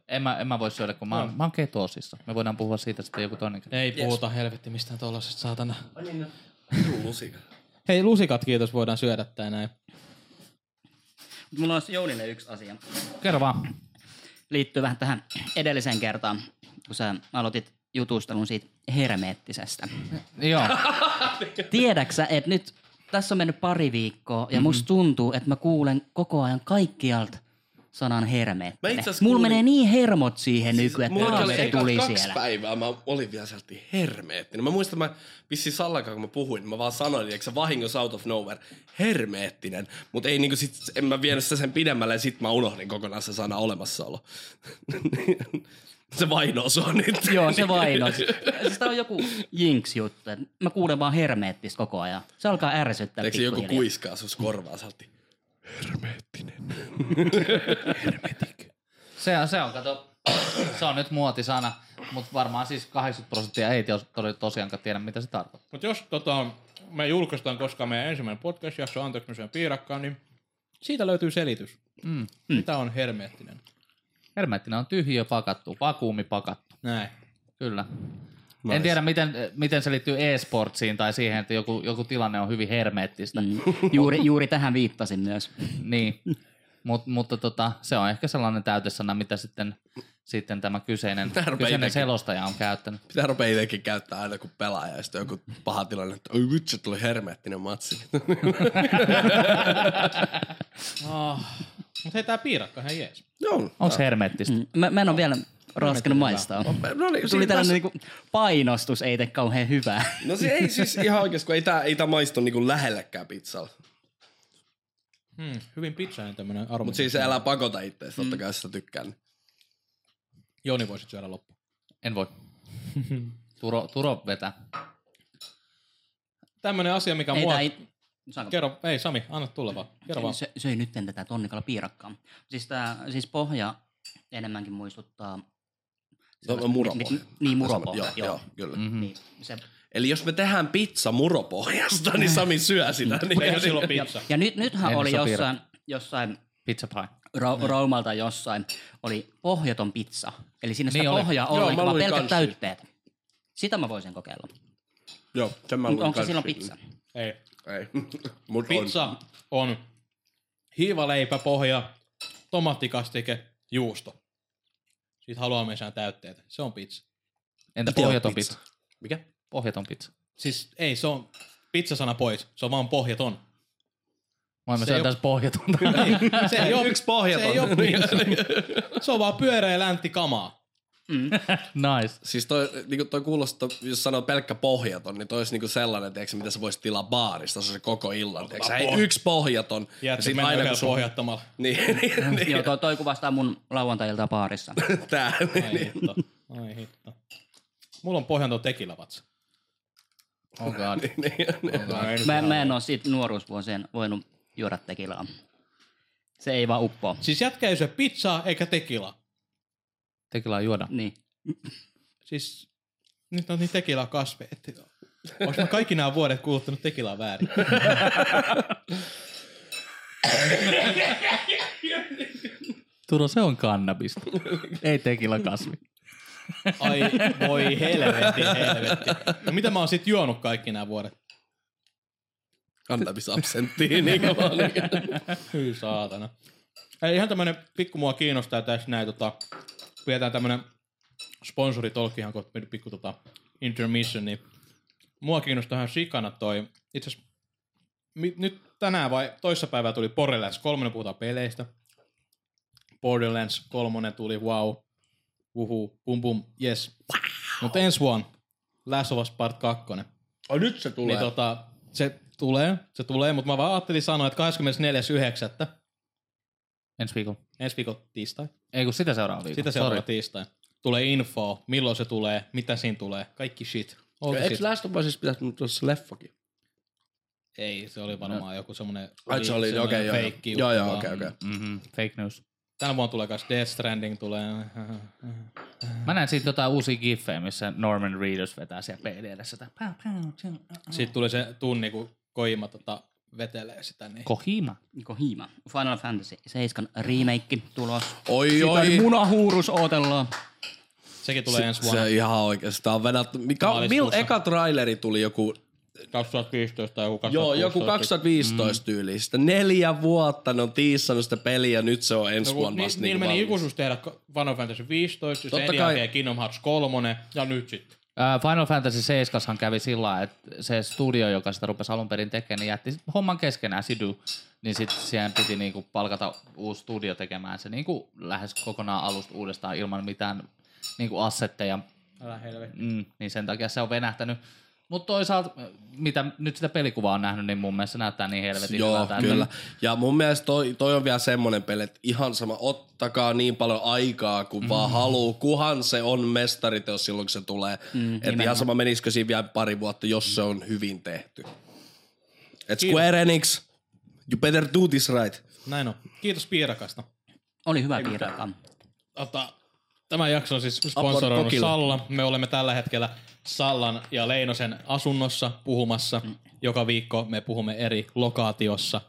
Speaker 1: En mä, en mä voi syödä, kun mä oon, mä oon ketoosissa. Me voidaan puhua siitä sitten joku toinen kerta.
Speaker 2: Ei puhuta helvetti mistään tollasesta saatana.
Speaker 4: niin, no.
Speaker 3: Lusika.
Speaker 2: Hei, lusikat kiitos voidaan syödä tää näin.
Speaker 4: Mut Mulla olisi Jounille yksi asia.
Speaker 1: Kerro vaan.
Speaker 4: Liittyy vähän tähän edelliseen kertaan, kun sä aloitit jutustelun siitä hermeettisestä.
Speaker 1: Joo.
Speaker 4: Tiedäksä, että nyt
Speaker 3: Mhm.
Speaker 4: tässä on mennyt pari viikkoa ja musta tuntuu, että mä kuulen koko ajan kaikkialta sanan
Speaker 3: Mä
Speaker 4: hermeettinen.
Speaker 3: itse asiassa
Speaker 4: Mulla
Speaker 3: kuulin-
Speaker 4: menee niin hermot siihen nykyään, että
Speaker 3: mulla
Speaker 4: jos
Speaker 3: oli
Speaker 4: se
Speaker 3: ekat
Speaker 4: tuli
Speaker 3: kaksi
Speaker 4: siellä.
Speaker 3: päivää, mä olin vielä sieltä hermeettinen. Mä muistan, mä pissin sallakaan, kun mä puhuin, niin mä vaan sanoin, että se vahingossa out of nowhere, hermeettinen. Mutta ei niinku sit, en mä vienyt sitä sen pidemmälle ja sit mä unohdin kokonaan se sana olemassaolo. (laughs) se vainoo sua nyt.
Speaker 4: (laughs) Joo, se vaino.
Speaker 3: (laughs)
Speaker 4: Siis tää on joku jinx-juttu. että Mä kuulen vaan hermeettistä koko ajan. Se alkaa ärsyttää
Speaker 3: Eikö se joku
Speaker 4: pikkuhiljaa.
Speaker 3: kuiskaa sus korvaa salti?
Speaker 1: Se on, se on, kato, se on nyt muotisana, mutta varmaan siis 80 prosenttia ei tos- to- tosiaankaan tiedä, mitä se tarkoittaa.
Speaker 5: Mutta jos tota, me julkaistaan koska meidän ensimmäinen podcast-jakso, anteeksi mä syön piirakkaa, niin siitä löytyy selitys.
Speaker 1: Mm.
Speaker 5: Mitä on hermeettinen?
Speaker 1: Hermeettinen on tyhjiö pakattu, vakuumi pakattu,
Speaker 5: Näin.
Speaker 1: kyllä. Nice. En tiedä, miten, miten se liittyy e-sportsiin tai siihen, että joku, joku tilanne on hyvin hermeettistä. Mm.
Speaker 4: Mm. Juuri, juuri tähän viittasin myös.
Speaker 1: Niin. (laughs) Mut, mutta tota, se on ehkä sellainen täytesana, mitä sitten, sitten tämä kyseinen,
Speaker 3: Tää rupeaa
Speaker 1: kyseinen
Speaker 3: itsekin.
Speaker 1: selostaja on käyttänyt.
Speaker 3: Pitää rupea itsekin käyttää aina kun pelaaja ja sitten joku paha tilanne, että oi vitsi, tuli hermeettinen matsi. (laughs)
Speaker 2: Ah. Mutta hei, tää piirakka, hei jees.
Speaker 3: Joo.
Speaker 1: Onko hermeettistä?
Speaker 4: Mm. Mä, mä en ole vielä raskenut maistaa.
Speaker 3: No niin,
Speaker 4: Tuli
Speaker 3: siinä
Speaker 4: tällainen niinku painostus, ei tee kauhean hyvää.
Speaker 3: No se ei siis ihan oikeesti, kun ei tää, ei tää maistu niinku lähellekään pizzalla.
Speaker 2: Hmm, hyvin pizzainen tämmönen arvo.
Speaker 3: Mut siis älä pakota ittees, totta kai sitä tykkään.
Speaker 2: Joni voisit syödä loppu.
Speaker 1: En
Speaker 2: (laughs)
Speaker 1: voi. Turo, Turo vetää.
Speaker 2: Tämmönen asia, mikä
Speaker 4: Ei,
Speaker 2: mua...
Speaker 4: tää ei... Saanko?
Speaker 2: Kerro, ei Sami, anna tulla vaan. Kerro vaan.
Speaker 4: Se, söi nyt tätä tonnikalla piirakkaa. Siis, tää, siis pohja enemmänkin muistuttaa...
Speaker 3: Se on muropohja.
Speaker 4: Niin, muropohja,
Speaker 3: Joo,
Speaker 4: joo.
Speaker 3: joo, kyllä.
Speaker 1: Mm-hmm.
Speaker 4: Niin, se,
Speaker 3: Eli jos me tehdään pizza muropohjasta, niin Sami syö sitä.
Speaker 2: Eihän
Speaker 3: Niin,
Speaker 2: silloin pizza.
Speaker 4: ja nyt, nythän
Speaker 1: Ei
Speaker 4: oli
Speaker 1: missä on
Speaker 4: jossain, jossain
Speaker 1: Pizza pie.
Speaker 4: Ra- Raumalta jossain oli pohjaton pizza. Eli siinä sitä
Speaker 1: Niin
Speaker 4: niin
Speaker 1: oli.
Speaker 4: pohjaa
Speaker 3: Joo,
Speaker 4: oli,
Speaker 3: mä
Speaker 4: vaan
Speaker 3: luin
Speaker 4: pelkät
Speaker 3: kans
Speaker 4: täytteet. Sitä mä voisin kokeilla.
Speaker 3: joo, sen mä
Speaker 4: Mut
Speaker 3: luin
Speaker 4: onko se
Speaker 3: kans.
Speaker 4: silloin pizza?
Speaker 2: Ei.
Speaker 3: Ei. (laughs) Mut on.
Speaker 2: Pizza on hiivaleipäpohja, tomaattikastike, juusto. Siitä haluamme sään täytteitä. Se on pizza.
Speaker 1: Entä
Speaker 3: Mitä on
Speaker 1: pohjaton
Speaker 3: pizza?
Speaker 1: pizza?
Speaker 3: Mikä?
Speaker 1: Pohjaton pizza.
Speaker 2: Siis ei, se on pizzasana pois. Se on vaan pohjaton.
Speaker 1: Mä
Speaker 2: Se
Speaker 1: en syö
Speaker 2: ei oo-
Speaker 1: tässä
Speaker 2: (laughs)
Speaker 1: pohjatonta. Niin,
Speaker 2: Se ei ole,
Speaker 3: Yksi pohjaton.
Speaker 2: se ei ole pizza. Se on vaan pyöreä ja läntti kamaa.
Speaker 1: nice.
Speaker 3: Siis toi, niinku toi kuulostaa, jos sanoo pelkkä pohjaton, niin toi olisi niinku sellainen, tiiäksä, mitä sä voisit tilaa baarista, se on se koko illan. Tiiäksä, hei, yksi pohjaton.
Speaker 2: Ja
Speaker 3: sit
Speaker 2: sitten aina kun sun... pohjattomalla.
Speaker 3: Niin, (laughs) niin, niin,
Speaker 4: Joo, toi, toi kuvastaa mun lauantailta
Speaker 3: (laughs)
Speaker 4: baarissa.
Speaker 3: tää.
Speaker 2: Ai hitto. Ai hitto. Mulla on pohjaton tekilavatsa.
Speaker 1: Oh god. Oh
Speaker 2: niin.
Speaker 1: god.
Speaker 4: Mä, mä en oo siitä nuoruusvuosien voinut juoda tekilaa. Se ei vaan uppoa.
Speaker 2: Siis jätkä ei syö pizzaa eikä tekilaa.
Speaker 1: Tekilaa juoda.
Speaker 4: Niin.
Speaker 2: Siis nyt on niin tekilaa kasve. Olis mä kaikki nämä vuodet kuluttanut tekilaa väärin.
Speaker 1: Turo, se on
Speaker 2: (laughs)
Speaker 1: kannabista. Ei tekila kasvi.
Speaker 2: Ai voi helvetti, helvetti. No mitä mä oon sit juonut kaikki nämä vuodet?
Speaker 3: Kannabisabsenttiin. Niin kuin vaan, niin.
Speaker 2: Hyi saatana. Ei, ihan tämmönen pikku mua kiinnostaa tässä näin, tota, pidetään tämmönen sponsoritolkki ihan kohta pid- pikku tota, intermission, niin mua kiinnostaa ihan sikana toi, itse asiassa mi- nyt tänään vai toissapäivää tuli Borderlands 3, puhutaan peleistä. Borderlands 3 tuli, wow, uhu, pum pum, yes. Mutta ensi vuonna, Last of Us Part 2.
Speaker 3: Oh, nyt se tulee.
Speaker 2: Niin tota, se tulee, se tulee, mutta mä vaan ajattelin sanoa, että 24.9.
Speaker 1: Ensi viikolla.
Speaker 2: ensi viikon tiistai,
Speaker 1: Ei kun sitä seuraava viikolla.
Speaker 2: sitä
Speaker 1: Sorry.
Speaker 2: seuraava tiistai, tulee info, milloin se tulee, mitä siinä tulee, kaikki shit. Oltu
Speaker 3: Eikö
Speaker 2: sit.
Speaker 3: Last of Usissa pitäisi nyt olla se leffakin?
Speaker 2: Ei, se oli varmaan joku semmonen
Speaker 3: Ai se oli,
Speaker 2: semmonen
Speaker 3: okei, okay,
Speaker 2: feikki
Speaker 3: joo. Joo,
Speaker 2: juttu
Speaker 3: joo,
Speaker 2: vaan.
Speaker 3: okei, okei.
Speaker 1: Mm-hmm. Fake news.
Speaker 2: Tänä vuonna tulee myös Death Stranding, tulee. (laughs)
Speaker 1: Mä näin siitä jotain uusia giffejä, missä Norman Reedus vetää siellä peilin edessä. tää Pow, pow, tjum, uh, uh.
Speaker 2: Sitten tuli se tunni, kun Koima tota, vetelee sitä. Niin.
Speaker 1: Kohima.
Speaker 4: Niko niinku Hiima. Final Fantasy 7 remake tulos.
Speaker 3: Oi, oi.
Speaker 4: Sitä munahuurus ootellaan.
Speaker 2: Sekin tulee ensi
Speaker 3: Se
Speaker 2: vuonna,
Speaker 3: on ihan oikeesti. Tää on venätty. Mikä, mil,
Speaker 2: Maaliskuussa.
Speaker 3: eka traileri tuli joku
Speaker 2: 2015 tai joku 2016.
Speaker 3: Joo, joku 2015 mm. tyyli. Sitä neljä vuotta ne on tiissannut sitä peliä, nyt se on ensi no, vuonna
Speaker 2: Ni,
Speaker 3: vasta.
Speaker 2: niillä
Speaker 3: niinku
Speaker 2: meni
Speaker 3: valmis.
Speaker 2: ikuisuus tehdä Final Fantasy siis 15,
Speaker 3: Totta
Speaker 2: sen
Speaker 3: kai.
Speaker 2: jälkeen Kingdom Hearts 3 ja nyt sitten.
Speaker 1: Ää, Final Fantasy 7 kävi sillä lailla, että se studio, joka sitä rupesi alun perin tekemään, niin jätti homman keskenään Sidu, niin sitten siihen piti niinku palkata uusi studio tekemään se niinku lähes kokonaan alusta uudestaan ilman mitään niinku assetteja.
Speaker 2: Älä helvetti.
Speaker 1: Mm, niin sen takia se on venähtänyt. Mutta toisaalta, mitä nyt sitä pelikuvaa on nähnyt, niin mun mielestä se näyttää niin helvetin
Speaker 3: Joo,
Speaker 1: hyvältä. että-
Speaker 3: kyllä. Ja mun mielestä toi, toi on vielä semmonen peli, että ihan sama, ottakaa niin paljon aikaa kuin mm. vaan
Speaker 4: Mm-hmm.
Speaker 3: haluu, kuhan se on mestariteos silloin, kun se tulee.
Speaker 4: niin
Speaker 3: Mm, että ihan sama, menisikö siinä vielä pari vuotta, jos mm. se on hyvin tehty. Et Square Enix, you better do this right.
Speaker 2: Näin on.
Speaker 5: Kiitos piirakasta.
Speaker 4: Oli hyvä piirakka.
Speaker 2: (laughs) Tota, tämä jakso on siis sponsoroinut
Speaker 3: Aport
Speaker 2: Salla. Me olemme tällä hetkellä Sallan ja Leinosen asunnossa puhumassa.
Speaker 1: Mm.
Speaker 2: Joka viikko me puhumme eri lokaatiossa.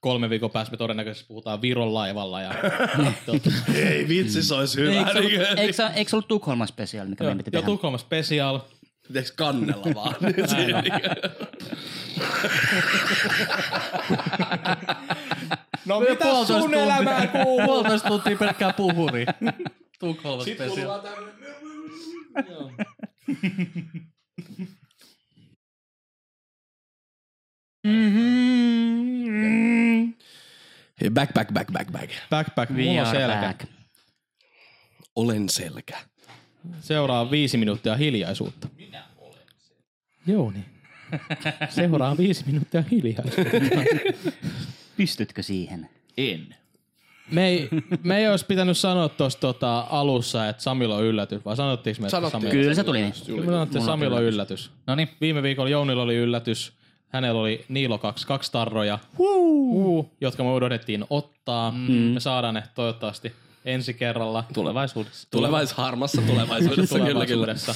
Speaker 2: Kolme viikon päästä me todennäköisesti puhutaan Viron
Speaker 1: (laughs)
Speaker 2: laivalla. Ja, tota,
Speaker 3: Ei vitsi, se olisi hyvä.
Speaker 4: Eikö se ollut, eikö se, eikö se ollut Tukholman special, mikä meidän piti
Speaker 2: ja
Speaker 4: tehdä?
Speaker 2: Tukholma Special.
Speaker 3: Pitäis kannella vaan?
Speaker 4: (laughs)
Speaker 5: No mitä sun elämää kuuluu?
Speaker 1: Puolitoista tuntia pelkkää
Speaker 2: (laughs)
Speaker 1: puhuri. Tukholma special.
Speaker 3: Tuota- Mm-hmm. back, back, back, back, back.
Speaker 2: Backpack, mulla on selkä. Back.
Speaker 3: Olen selkä.
Speaker 2: Seuraa viisi minuuttia hiljaisuutta. Minä olen se. Jouni. Seuraa viisi minuuttia hiljaisuutta.
Speaker 4: Pystytkö siihen?
Speaker 1: En.
Speaker 2: Me ei, me ei olisi pitänyt sanoa tuossa tota alussa, että Samilla on yllätys, vai sanottiinko me, että
Speaker 3: Sanottiin.
Speaker 2: Samilla
Speaker 4: Kyllä se tuli.
Speaker 2: Kyllä me sanottiin, että
Speaker 4: Mulla on
Speaker 2: Samilla on yllätys.
Speaker 1: No niin,
Speaker 2: Viime viikolla Jounilla oli yllätys. Hänellä oli Niilo 2, kaksi tarroja, Woo! jotka me odotettiin ottaa. Mm. Me saadaan ne toivottavasti ensi kerralla.
Speaker 1: tulevaisuudessa.
Speaker 3: Tulevais harmassa tulevaisuudessa, kyllä, kyllä.
Speaker 2: tulevaisuudessa.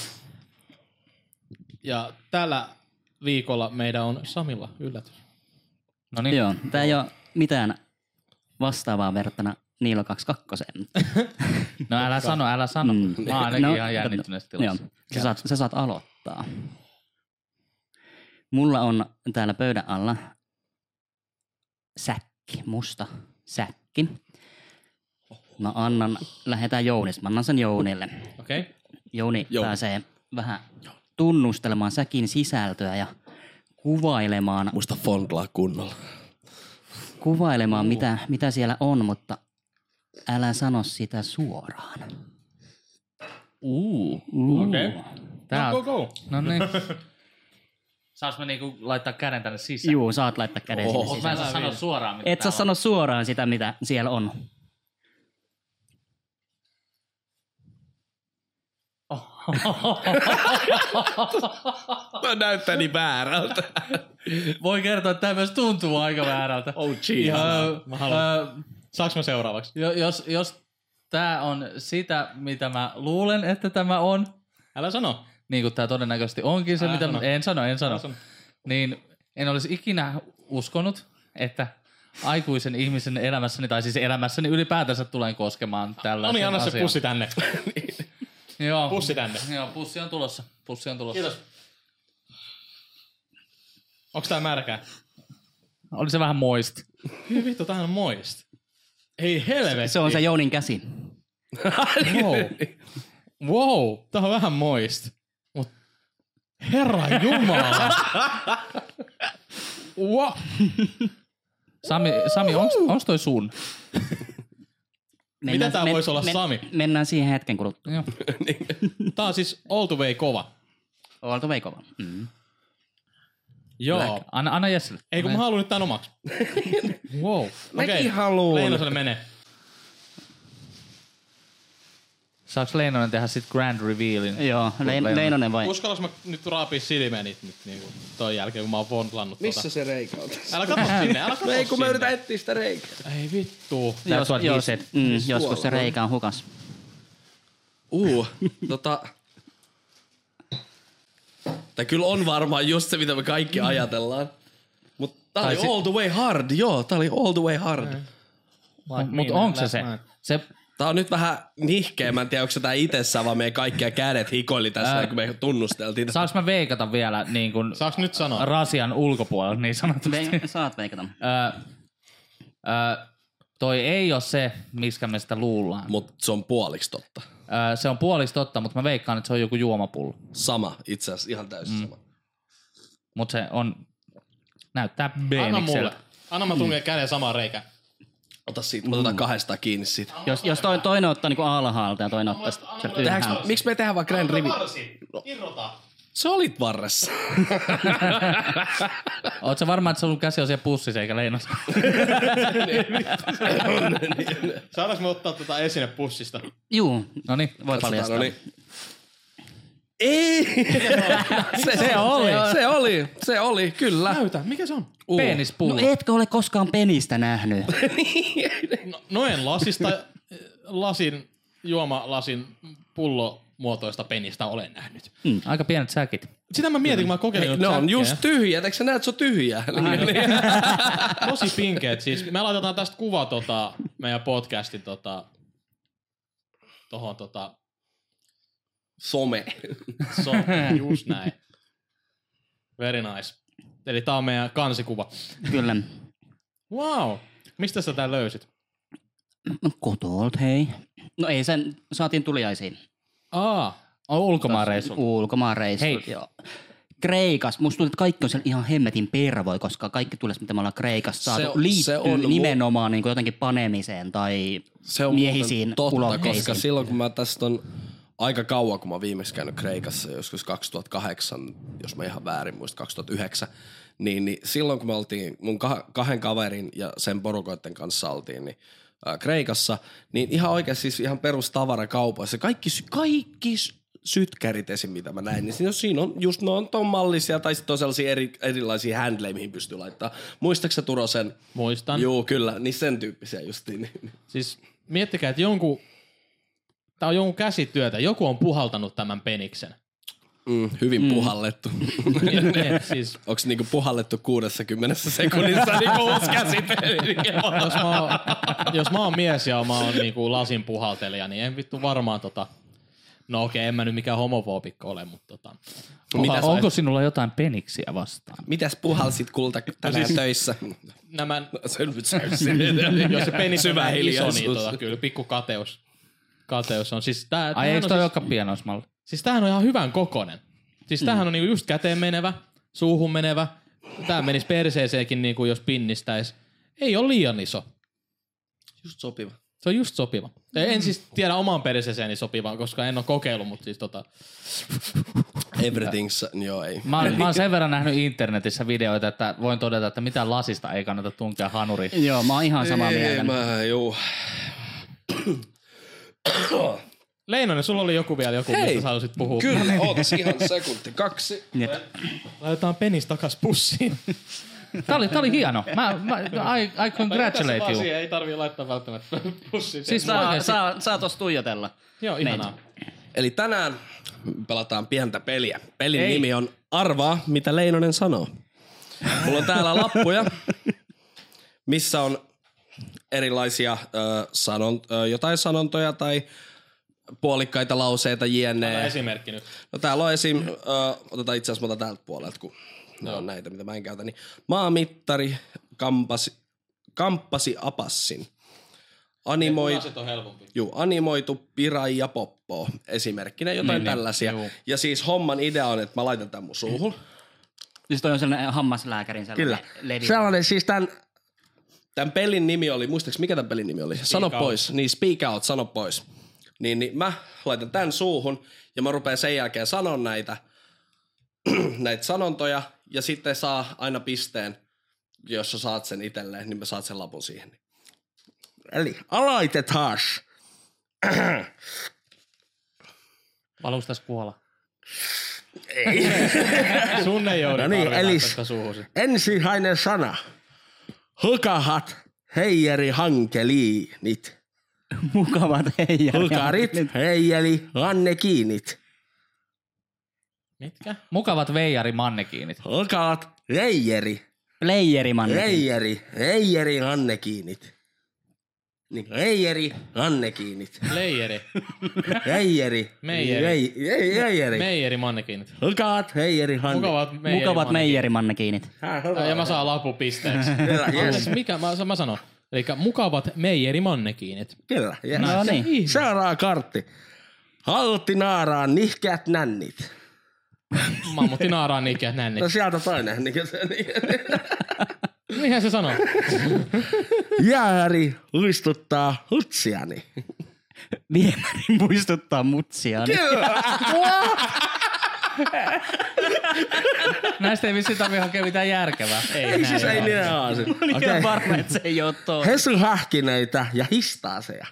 Speaker 2: Ja tällä viikolla meidän on Samilla yllätys.
Speaker 1: No niin.
Speaker 4: Joo, tää ei ole mitään vastaavaa verrattuna Niilo 22.
Speaker 1: No älä sano, älä sano. Mm. Mä oon ainakin no, ihan jännittyneessä tilassa.
Speaker 4: Joo, sä saat, sä saat aloittaa. Mulla on täällä pöydän alla säkki, musta säkki. Mä annan, lähetään Jounista, mä annan sen Jounille.
Speaker 2: Okei? Okay?
Speaker 4: Jouni
Speaker 3: Jouni.
Speaker 4: Jouni. pääsee vähän tunnustelemaan säkin sisältöä ja kuvailemaan
Speaker 3: Muista fondlaa kunnolla.
Speaker 4: kuvailemaan, mitä, mitä siellä on, mutta älä sano sitä suoraan.
Speaker 1: Uu.
Speaker 4: Uu.
Speaker 5: Okei.
Speaker 1: Tää
Speaker 5: Go,
Speaker 1: on,
Speaker 5: go.
Speaker 1: no niin. (laughs) Saas mä niinku laittaa käden tänne sisään?
Speaker 4: Juu, saat laittaa käden sinne
Speaker 1: Mut mä en saa
Speaker 4: sisälle.
Speaker 1: sanoa suoraan, mitä
Speaker 4: Et saa
Speaker 1: täällä
Speaker 4: sanoa suoraan sitä, mitä siellä on.
Speaker 3: Mä näyttää niin väärältä.
Speaker 1: on. Voi kertoa, että tämä myös tuntuu aika (laughs) väärältä.
Speaker 3: Oh, jeez.
Speaker 2: Mä haluan. Saanko mä seuraavaksi?
Speaker 1: Jo, jos, jos tämä on sitä, mitä mä luulen, että tämä on,
Speaker 2: Älä sano.
Speaker 1: niin kuin tämä todennäköisesti onkin se,
Speaker 2: Älä
Speaker 1: mitä
Speaker 2: sano.
Speaker 1: en sano, en sano,
Speaker 2: sano.
Speaker 1: niin en olisi ikinä uskonut, että aikuisen ihmisen elämässäni, tai siis elämässäni ylipäätänsä tulen koskemaan tällaisen
Speaker 2: No niin, anna se
Speaker 1: asian.
Speaker 2: pussi tänne.
Speaker 1: Joo.
Speaker 2: Pussi tänne.
Speaker 1: Joo, pussi on tulossa. Pussi on tulossa.
Speaker 2: Kiitos. Onks tää märkää?
Speaker 1: Oli se vähän moist.
Speaker 2: Hyvin vittu, tähän on moist. Ei helvetti.
Speaker 4: Se on se Jounin käsi.
Speaker 2: Wow. wow. Tää on vähän moist. Mut herra jumala. wow.
Speaker 1: Sami, Sami onks, onks toi sun?
Speaker 2: tää voisi olla Sami?
Speaker 4: Mennään siihen hetken kuluttua.
Speaker 1: Joo.
Speaker 2: Tää on siis all the way kova.
Speaker 4: Oltu veikova. Mm.
Speaker 2: Joo.
Speaker 1: Anna, anna Jessille.
Speaker 2: Ei kun mä haluan nyt tän omaksi. wow. Okei. Okay.
Speaker 3: haluun.
Speaker 2: Leinoselle menee.
Speaker 1: Saaks Leinonen tehdä sit grand revealin?
Speaker 4: Joo, Lein, Leinonen vai?
Speaker 2: Uskallas mä nyt raapii silmeeni nyt niinku toi jälkeen, kun mä oon fondlannut tota.
Speaker 3: Missä se reikä on tässä?
Speaker 2: Älä katso sinne, älä katso
Speaker 3: No Ei, kun mä
Speaker 2: sinne.
Speaker 3: yritän etsiä sitä reikää.
Speaker 2: Ei vittu.
Speaker 1: That's what he
Speaker 4: jos,
Speaker 1: said.
Speaker 4: mm, joskus se reikä on hukas.
Speaker 3: Uu, tota... Tää kyllä on varmaan just se, mitä me kaikki ajatellaan. Mut tää oli all the way hard, joo. Tää oli all the way hard.
Speaker 1: Mut mut
Speaker 2: Niin,
Speaker 1: onks se se? se?
Speaker 3: Tää on nyt vähän nihkeä. Mä en tiedä, onko se tää itsessään, vaan meidän kaikkia kädet hikoili tässä, kun me tunnusteltiin.
Speaker 1: Saaks mä veikata vielä niin kun
Speaker 2: Saaks nyt sanoa?
Speaker 4: (laughs)
Speaker 1: rasian ulkopuolella niin sanotusti?
Speaker 4: Ve, saat veikata.
Speaker 1: Öö, öö, Toi ei ole se, miskä me sitä luullaan. Mut.
Speaker 3: mutta se on puoliksi totta.
Speaker 1: Se on puoliksi totta, mutta mä veikkaan, että se on joku juomapullo.
Speaker 3: Sama, itse asiassa ihan täysin sama.
Speaker 1: Mutta se on, näyttää
Speaker 2: Anna mulle.
Speaker 1: beenikseltä.
Speaker 2: Anna mä
Speaker 3: Mm.
Speaker 2: tungen käden samaan reikään.
Speaker 3: Ota siitä, mm. otetaan kahdesta kiinni siitä.
Speaker 4: Jos, jos toi, toinen ottaa niinku alhaalta ja toinen ottaa sitä sieltä
Speaker 3: Tehdäänkö,
Speaker 4: ylhäältä.
Speaker 3: miksi me ei tehdä vaan Grand Rivi?
Speaker 2: No. Irrota.
Speaker 3: Se olit varressa.
Speaker 1: Oot sä varma, että sun käsi on siellä pussissa eikä
Speaker 2: (laughs)
Speaker 1: leinossa?
Speaker 2: Saadaanko me ottaa tota esine pussista?
Speaker 4: Juu,
Speaker 1: No niin.
Speaker 4: voi paljastaa.
Speaker 3: niin. Ei! se, (laughs) se, oli. Se oli, se oli, kyllä.
Speaker 2: Näytä, mikä se on?
Speaker 1: Penispullo.
Speaker 4: No etkö ole koskaan penistä (laughs) nähnyt?
Speaker 2: No, noen lasista,
Speaker 3: (laughs)
Speaker 2: eh, lasin, juomalasin pullomuotoista penistä olen nähnyt.
Speaker 1: Aika pienet säkit.
Speaker 2: Sitä mä mietin, kun mä kokeilin
Speaker 3: Hei,
Speaker 2: noita
Speaker 3: ne No, on
Speaker 2: säkkejä.
Speaker 3: just tyhjiä, eikö sä näet, se on tyhjää? Niin.
Speaker 2: Tosi pinkeet siis. Me laitetaan tästä kuva tota, meidän podcastin tota, tohon tota,
Speaker 3: Some.
Speaker 2: so, just näin. Very nice. Eli tää on meidän kansikuva.
Speaker 4: Kyllä.
Speaker 2: Wow. Mistä sä tän löysit?
Speaker 4: Kotolt, No hei. No ei sen, saatiin tuliaisiin.
Speaker 2: Aa,
Speaker 1: On ulkomaanreissu.
Speaker 4: Ulkomaanreissut.
Speaker 1: Hei.
Speaker 4: Joo. Kreikas. Musta tuntuu, että kaikki on siellä ihan hemmetin pervoi, koska kaikki tulee, mitä me ollaan Kreikassa saatu,
Speaker 3: Se
Speaker 4: se
Speaker 3: on-
Speaker 4: on, liittyy
Speaker 3: se on mu-
Speaker 4: nimenomaan niin kuin jotenkin panemiseen tai
Speaker 3: Se on
Speaker 4: miehisiin
Speaker 3: muuten totta,
Speaker 4: ulotteisiin.
Speaker 3: koska silloin kun mä tästä on aika kauan, kun mä oon viimeksi käynyt Kreikassa, joskus 2008, jos mä ihan väärin muistan, 2009, niin, niin silloin kun me oltiin mun kah- kahden kaverin ja sen porukoiden kanssa oltiin, niin ää, Kreikassa, niin ihan oikein siis ihan perustavarakaupoissa. Kaikki, sy- kaikki sy- sytkärit esim. mitä mä näin, niin siinä on, siinä on just no on ton mallisia tai sitten on sellaisia eri, erilaisia handleja, mihin pystyy laittaa. Muistaaks sä Turo sen?
Speaker 2: muistan.
Speaker 3: Joo, kyllä, niin sen tyyppisiä justiin. (laughs)
Speaker 2: Siis miettikää, että jonkun, tää on jonkun käsityötä, joku on puhaltanut tämän
Speaker 1: (laughs)
Speaker 2: peniksen.
Speaker 3: Mm, hyvin mm. (laughs) puhallettu.
Speaker 2: Et, et, siis,
Speaker 3: Onks niinku puhallettu 60 sekunnissa niinku uusi käsite?
Speaker 2: jos, mä oon, jos mä oon mies ja mä oon niinku lasin puhaltelija, niin en vittu varmaan tota... No okei, en mä nyt mikään homofoobikko ole, mutta tota...
Speaker 1: Onko, onko sinulla jotain peniksiä vastaan?
Speaker 3: (laughs) Mitäs puhalsit kulta tänään siis... (laughs) töissä?
Speaker 2: Nämä,
Speaker 3: Selvit (laughs)
Speaker 2: jos se penis
Speaker 3: Syvä
Speaker 2: on iso,
Speaker 3: hiljaisuus.
Speaker 2: niin tota, kyllä pikku kateus, kateus on. Siis, tää,
Speaker 1: Ai
Speaker 2: tämähän
Speaker 1: eikö
Speaker 2: on
Speaker 1: toi
Speaker 2: siis-
Speaker 1: olekaan pienoismalli?
Speaker 2: Siis tämähän on ihan hyvän kokonen. Siis tämähän on niinku just käteen menevä, suuhun menevä. Tää menisi perseeseenkin niinku jos pinnistäis. Ei ole liian iso.
Speaker 3: Just sopiva.
Speaker 2: Se on just sopiva. En siis tiedä omaan perseeseeni sopivaa, koska en ole kokeillut, mutta siis tota...
Speaker 3: Everything's, joo ei.
Speaker 1: Mä oon, mä oon sen verran nähnyt internetissä videoita, että voin todeta, että mitään lasista ei kannata tunkea hanuriin.
Speaker 4: Joo, mä oon ihan samaa
Speaker 3: Ei,
Speaker 4: mieltä.
Speaker 3: mä, juu.
Speaker 2: Leinonen, sulla oli joku vielä joku, Hei. mistä sä halusit puhua. Ky-
Speaker 3: Kyllä, ootas ihan sekunti kaksi.
Speaker 2: Laitetaan penis takas pussiin.
Speaker 1: Tää oli, tää oli hieno. Mä, mä, I, I congratulate you.
Speaker 2: Ei tarvii laittaa välttämättä pussiin.
Speaker 1: Siis
Speaker 4: Saa,
Speaker 1: oikeesti-
Speaker 4: saa, saa tossa tuijotella.
Speaker 2: Joo, ihanaa.
Speaker 3: Eli tänään pelataan pientä peliä. Pelin
Speaker 1: Ei.
Speaker 3: nimi on Arvaa, mitä Leinonen sanoo. Mulla on täällä lappuja, missä on erilaisia ö, sanon, ö, jotain sanontoja tai puolikkaita lauseita
Speaker 2: Tää
Speaker 3: jne.
Speaker 2: Esimerkki nyt.
Speaker 3: No täällä on esim. Ö, otetaan itse asiassa mä otan täältä puolelta, kun ne on näitä, mitä mä en käytä. Niin. Maamittari kampasi, kamppasi apassin. Animoi,
Speaker 2: Punaiset on helpompi.
Speaker 3: Juu, animoitu pirai ja poppo esimerkkinä, jotain niin, tällaisia. Niin, ja siis homman idea on, että mä laitan tämän mun suuhun.
Speaker 4: Siis toi on sellainen hammaslääkärin sellainen levi.
Speaker 3: Sellainen siis tämän... Tämän pelin nimi oli, muistaaks mikä tämän pelin nimi oli? Speak sano out. pois. Niin, speak out, sano pois. Niin, niin mä laitan tämän suuhun ja mä rupean sen jälkeen sanon näitä, (clears throat) näitä sanontoja ja sitten saa aina pisteen, jos sä saat sen itselleen, niin mä saat sen lapun siihen. Eli aloitetaan.
Speaker 1: Valustas kuola.
Speaker 2: Sun ei joudu
Speaker 6: No niin,
Speaker 2: tarvitse
Speaker 6: eli-
Speaker 2: tästä suuhusi.
Speaker 6: Ensihainen sana. Hukahat heijeri hankeliinit.
Speaker 4: Mukavat heijat.
Speaker 6: Hukarit heijeli annekiinit.
Speaker 2: Mitkä?
Speaker 1: Mukavat veijari mannekiinit.
Speaker 6: Hukahat leijeri.
Speaker 4: Playeriman.
Speaker 6: Leijeri. Heijeri annekiinit. Niin, heijeri annekiinit.
Speaker 2: Leijeri.
Speaker 6: Heijeri.
Speaker 2: Meijeri.
Speaker 6: Rei- ei- Heijeri.
Speaker 2: Meijeri mannekiinit.
Speaker 6: Hukahat heijeri hannekiinit.
Speaker 2: Mukavat meijeri
Speaker 4: Mukavat
Speaker 2: mannekiinit.
Speaker 4: meijerimannekiinit.
Speaker 2: Ja mä saan lapupisteeksi. Siis
Speaker 6: Hyvä, yes.
Speaker 2: Mikä? Mä, mä sanon. Eli mukavat meijerimannekiinit.
Speaker 3: Kyllä. Yes.
Speaker 4: No niin.
Speaker 3: Saaraa kartti. Halti naaraan nihkeät nännit.
Speaker 2: Mammutti naaraan ikään näin.
Speaker 3: No sieltä toinen. Niin kuin se, niin.
Speaker 2: Niinhän se sanoo.
Speaker 3: Jääri luistuttaa hutsiani.
Speaker 4: Viemäri muistuttaa mutsia.
Speaker 1: Näistä ei vissiin tarvitse hakea mitään järkevää. Ei.
Speaker 3: Ei siis ei niin haasi.
Speaker 4: Oli
Speaker 3: Okei.
Speaker 4: okay. varma, että se ei ole toi.
Speaker 3: Hesu hähkinöitä ja histaaseja.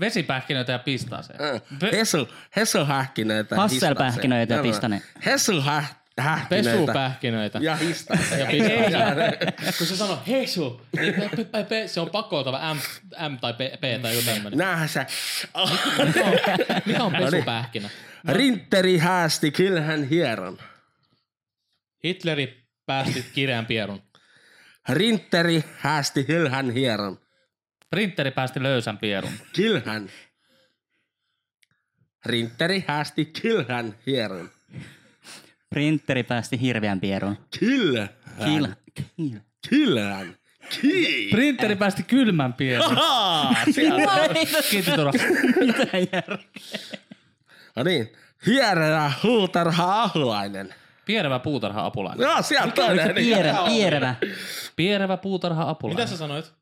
Speaker 1: Vesipähkinöitä ja pistaaseen.
Speaker 3: Äh. Hesu, hesu hähkinöitä ja
Speaker 4: Hasselpähkinöitä ja
Speaker 3: Joo, joo.
Speaker 4: pistane.
Speaker 3: Hesu häh, hähkinöitä
Speaker 2: Pesupähkinöitä.
Speaker 3: ja histaaseja.
Speaker 2: Ja pistoja. Kun se sanoo heisu, niin pe- pe- pe- pe- se on pakottava M, M tai P, P tai joku tämmöinen.
Speaker 3: Nähän se.
Speaker 2: Mikä on pesupähkinä?
Speaker 3: Rinteri häästi kylhän hieron.
Speaker 2: Hitleri päästi kireän pierun.
Speaker 3: Rinteri häästi kylhän hieron.
Speaker 1: Printeri päästi löysän pierun.
Speaker 3: Kylhän. Rinteri häästi kylhän hieron.
Speaker 4: Printeri päästi hirveän pieroon.
Speaker 3: Kyllä.
Speaker 4: Kiil. Kiil.
Speaker 3: Kylhän. Kiin.
Speaker 1: Printeri päästi kylmän pierun. Kiitos Turo.
Speaker 4: Mitä järkeä?
Speaker 3: (laughs) No niin. Hiererä huutarha ahulainen.
Speaker 1: Pierevä puutarha apulainen.
Speaker 3: No, sieltä toinen.
Speaker 4: Pierevä, pierevä.
Speaker 1: Pierevä puutarha apulainen.
Speaker 2: Mitä sä sanoit?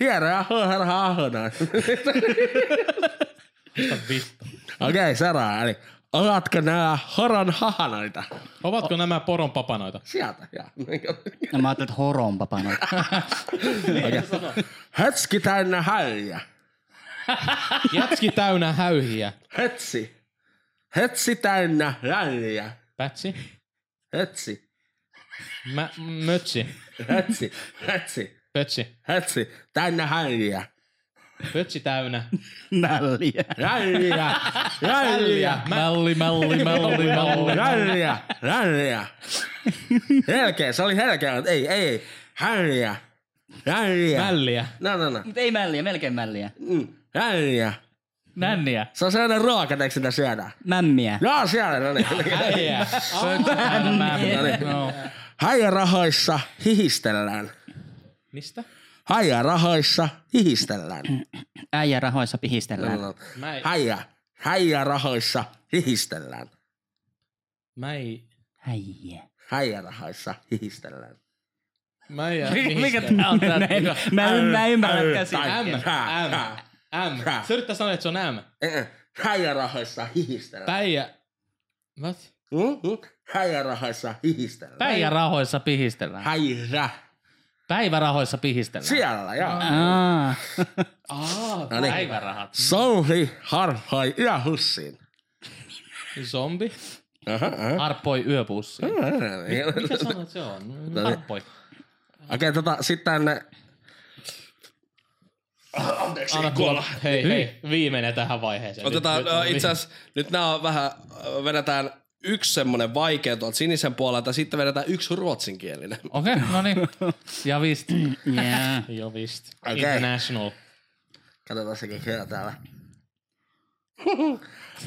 Speaker 3: Hiererä huutarha ahulainen.
Speaker 2: Mistä vittu?
Speaker 3: Okei, seuraava. Eli oletko nää horon hahanoita?
Speaker 2: Ovatko nämä poron papanoita?
Speaker 3: Sieltä, joo.
Speaker 4: No mä ajattelin, että horonpapana. (laughs)
Speaker 3: Hötski täynnä häijä.
Speaker 2: Jätski täynnä häyhiä.
Speaker 3: Hötsi. Hötsi täynnä häijä.
Speaker 2: Pätsi.
Speaker 3: Hötsi.
Speaker 2: Mä, mötsi.
Speaker 3: Hötsi. Hötsi.
Speaker 2: Pötsi.
Speaker 3: Hötsi. Täynnä häijä.
Speaker 2: Pötsi täynnä.
Speaker 4: Nälliä.
Speaker 3: Häijä. Häijä.
Speaker 1: Mälli, mälli, mälli, mälli.
Speaker 3: Härjä, härjä. Helkeä, se oli helkeä, mutta ei, ei. Härjä, härjä.
Speaker 2: Mälliä.
Speaker 3: No, no, no.
Speaker 4: Mut ei mälliä, melkein mälliä.
Speaker 3: Mm, Härjä.
Speaker 1: Nänniä.
Speaker 3: Se on sellainen ruoka, eikö sitä syödään?
Speaker 4: Mämmiä.
Speaker 3: Joo, siellä, no
Speaker 2: (laughs)
Speaker 3: niin.
Speaker 2: Häyhiä.
Speaker 1: Nänniä. No.
Speaker 3: Häijärahoissa hihistellään.
Speaker 2: Mistä?
Speaker 3: Häijärahoissa hihistellään.
Speaker 4: Äijä rahoissa
Speaker 3: No, no,
Speaker 4: pihistellään.
Speaker 3: no.
Speaker 2: Mä ei,
Speaker 3: Häijä, häijärahoissa hihistellään.
Speaker 2: mä ei,
Speaker 4: Äijä.
Speaker 3: Häijärahoissa hihistellään.
Speaker 2: mä ei jää
Speaker 1: Mi- Mikä
Speaker 2: mihinkään.
Speaker 1: tää on tää?
Speaker 4: Mä en, mä en, mä en ymmärrä käsin.
Speaker 2: M, M, M. Se yrittää sanoa, että se on M.
Speaker 3: Eh, eh. Häijärahoissa hihistellään.
Speaker 2: Päijä. What?
Speaker 3: Mm, mm. Häijärahoissa hihistellään.
Speaker 1: Päijärahoissa pihistellään.
Speaker 3: Häirä.
Speaker 1: Päivärahoissa pihistellään.
Speaker 3: Siellä, joo.
Speaker 4: Aa,
Speaker 2: Aa,
Speaker 3: No niin.
Speaker 1: Päivärahat.
Speaker 3: Souhi harhoi yöhussiin.
Speaker 2: zombi.
Speaker 3: Aha, aha.
Speaker 1: Arppoi yöpussi.
Speaker 2: Mitä sanot se on?
Speaker 3: No niin.
Speaker 1: Arppoi.
Speaker 3: Okei, tota, sitten tänne...
Speaker 2: Anna kuolla. Hei, hei, viimeinen tähän vaiheeseen.
Speaker 7: Otetaan
Speaker 2: Nyt-
Speaker 7: ö,
Speaker 2: nyt-
Speaker 7: itse asiassa, nyt nämä on vähän, ö, vedetään yksi semmonen vaikea tuolta sinisen puolelta, sitten vedetään yksi ruotsinkielinen.
Speaker 1: Okei, no niin. Ja vist.
Speaker 4: jää.
Speaker 2: Joo, vist.
Speaker 3: Okei.
Speaker 2: International.
Speaker 3: Katsotaan sekin kyllä täällä.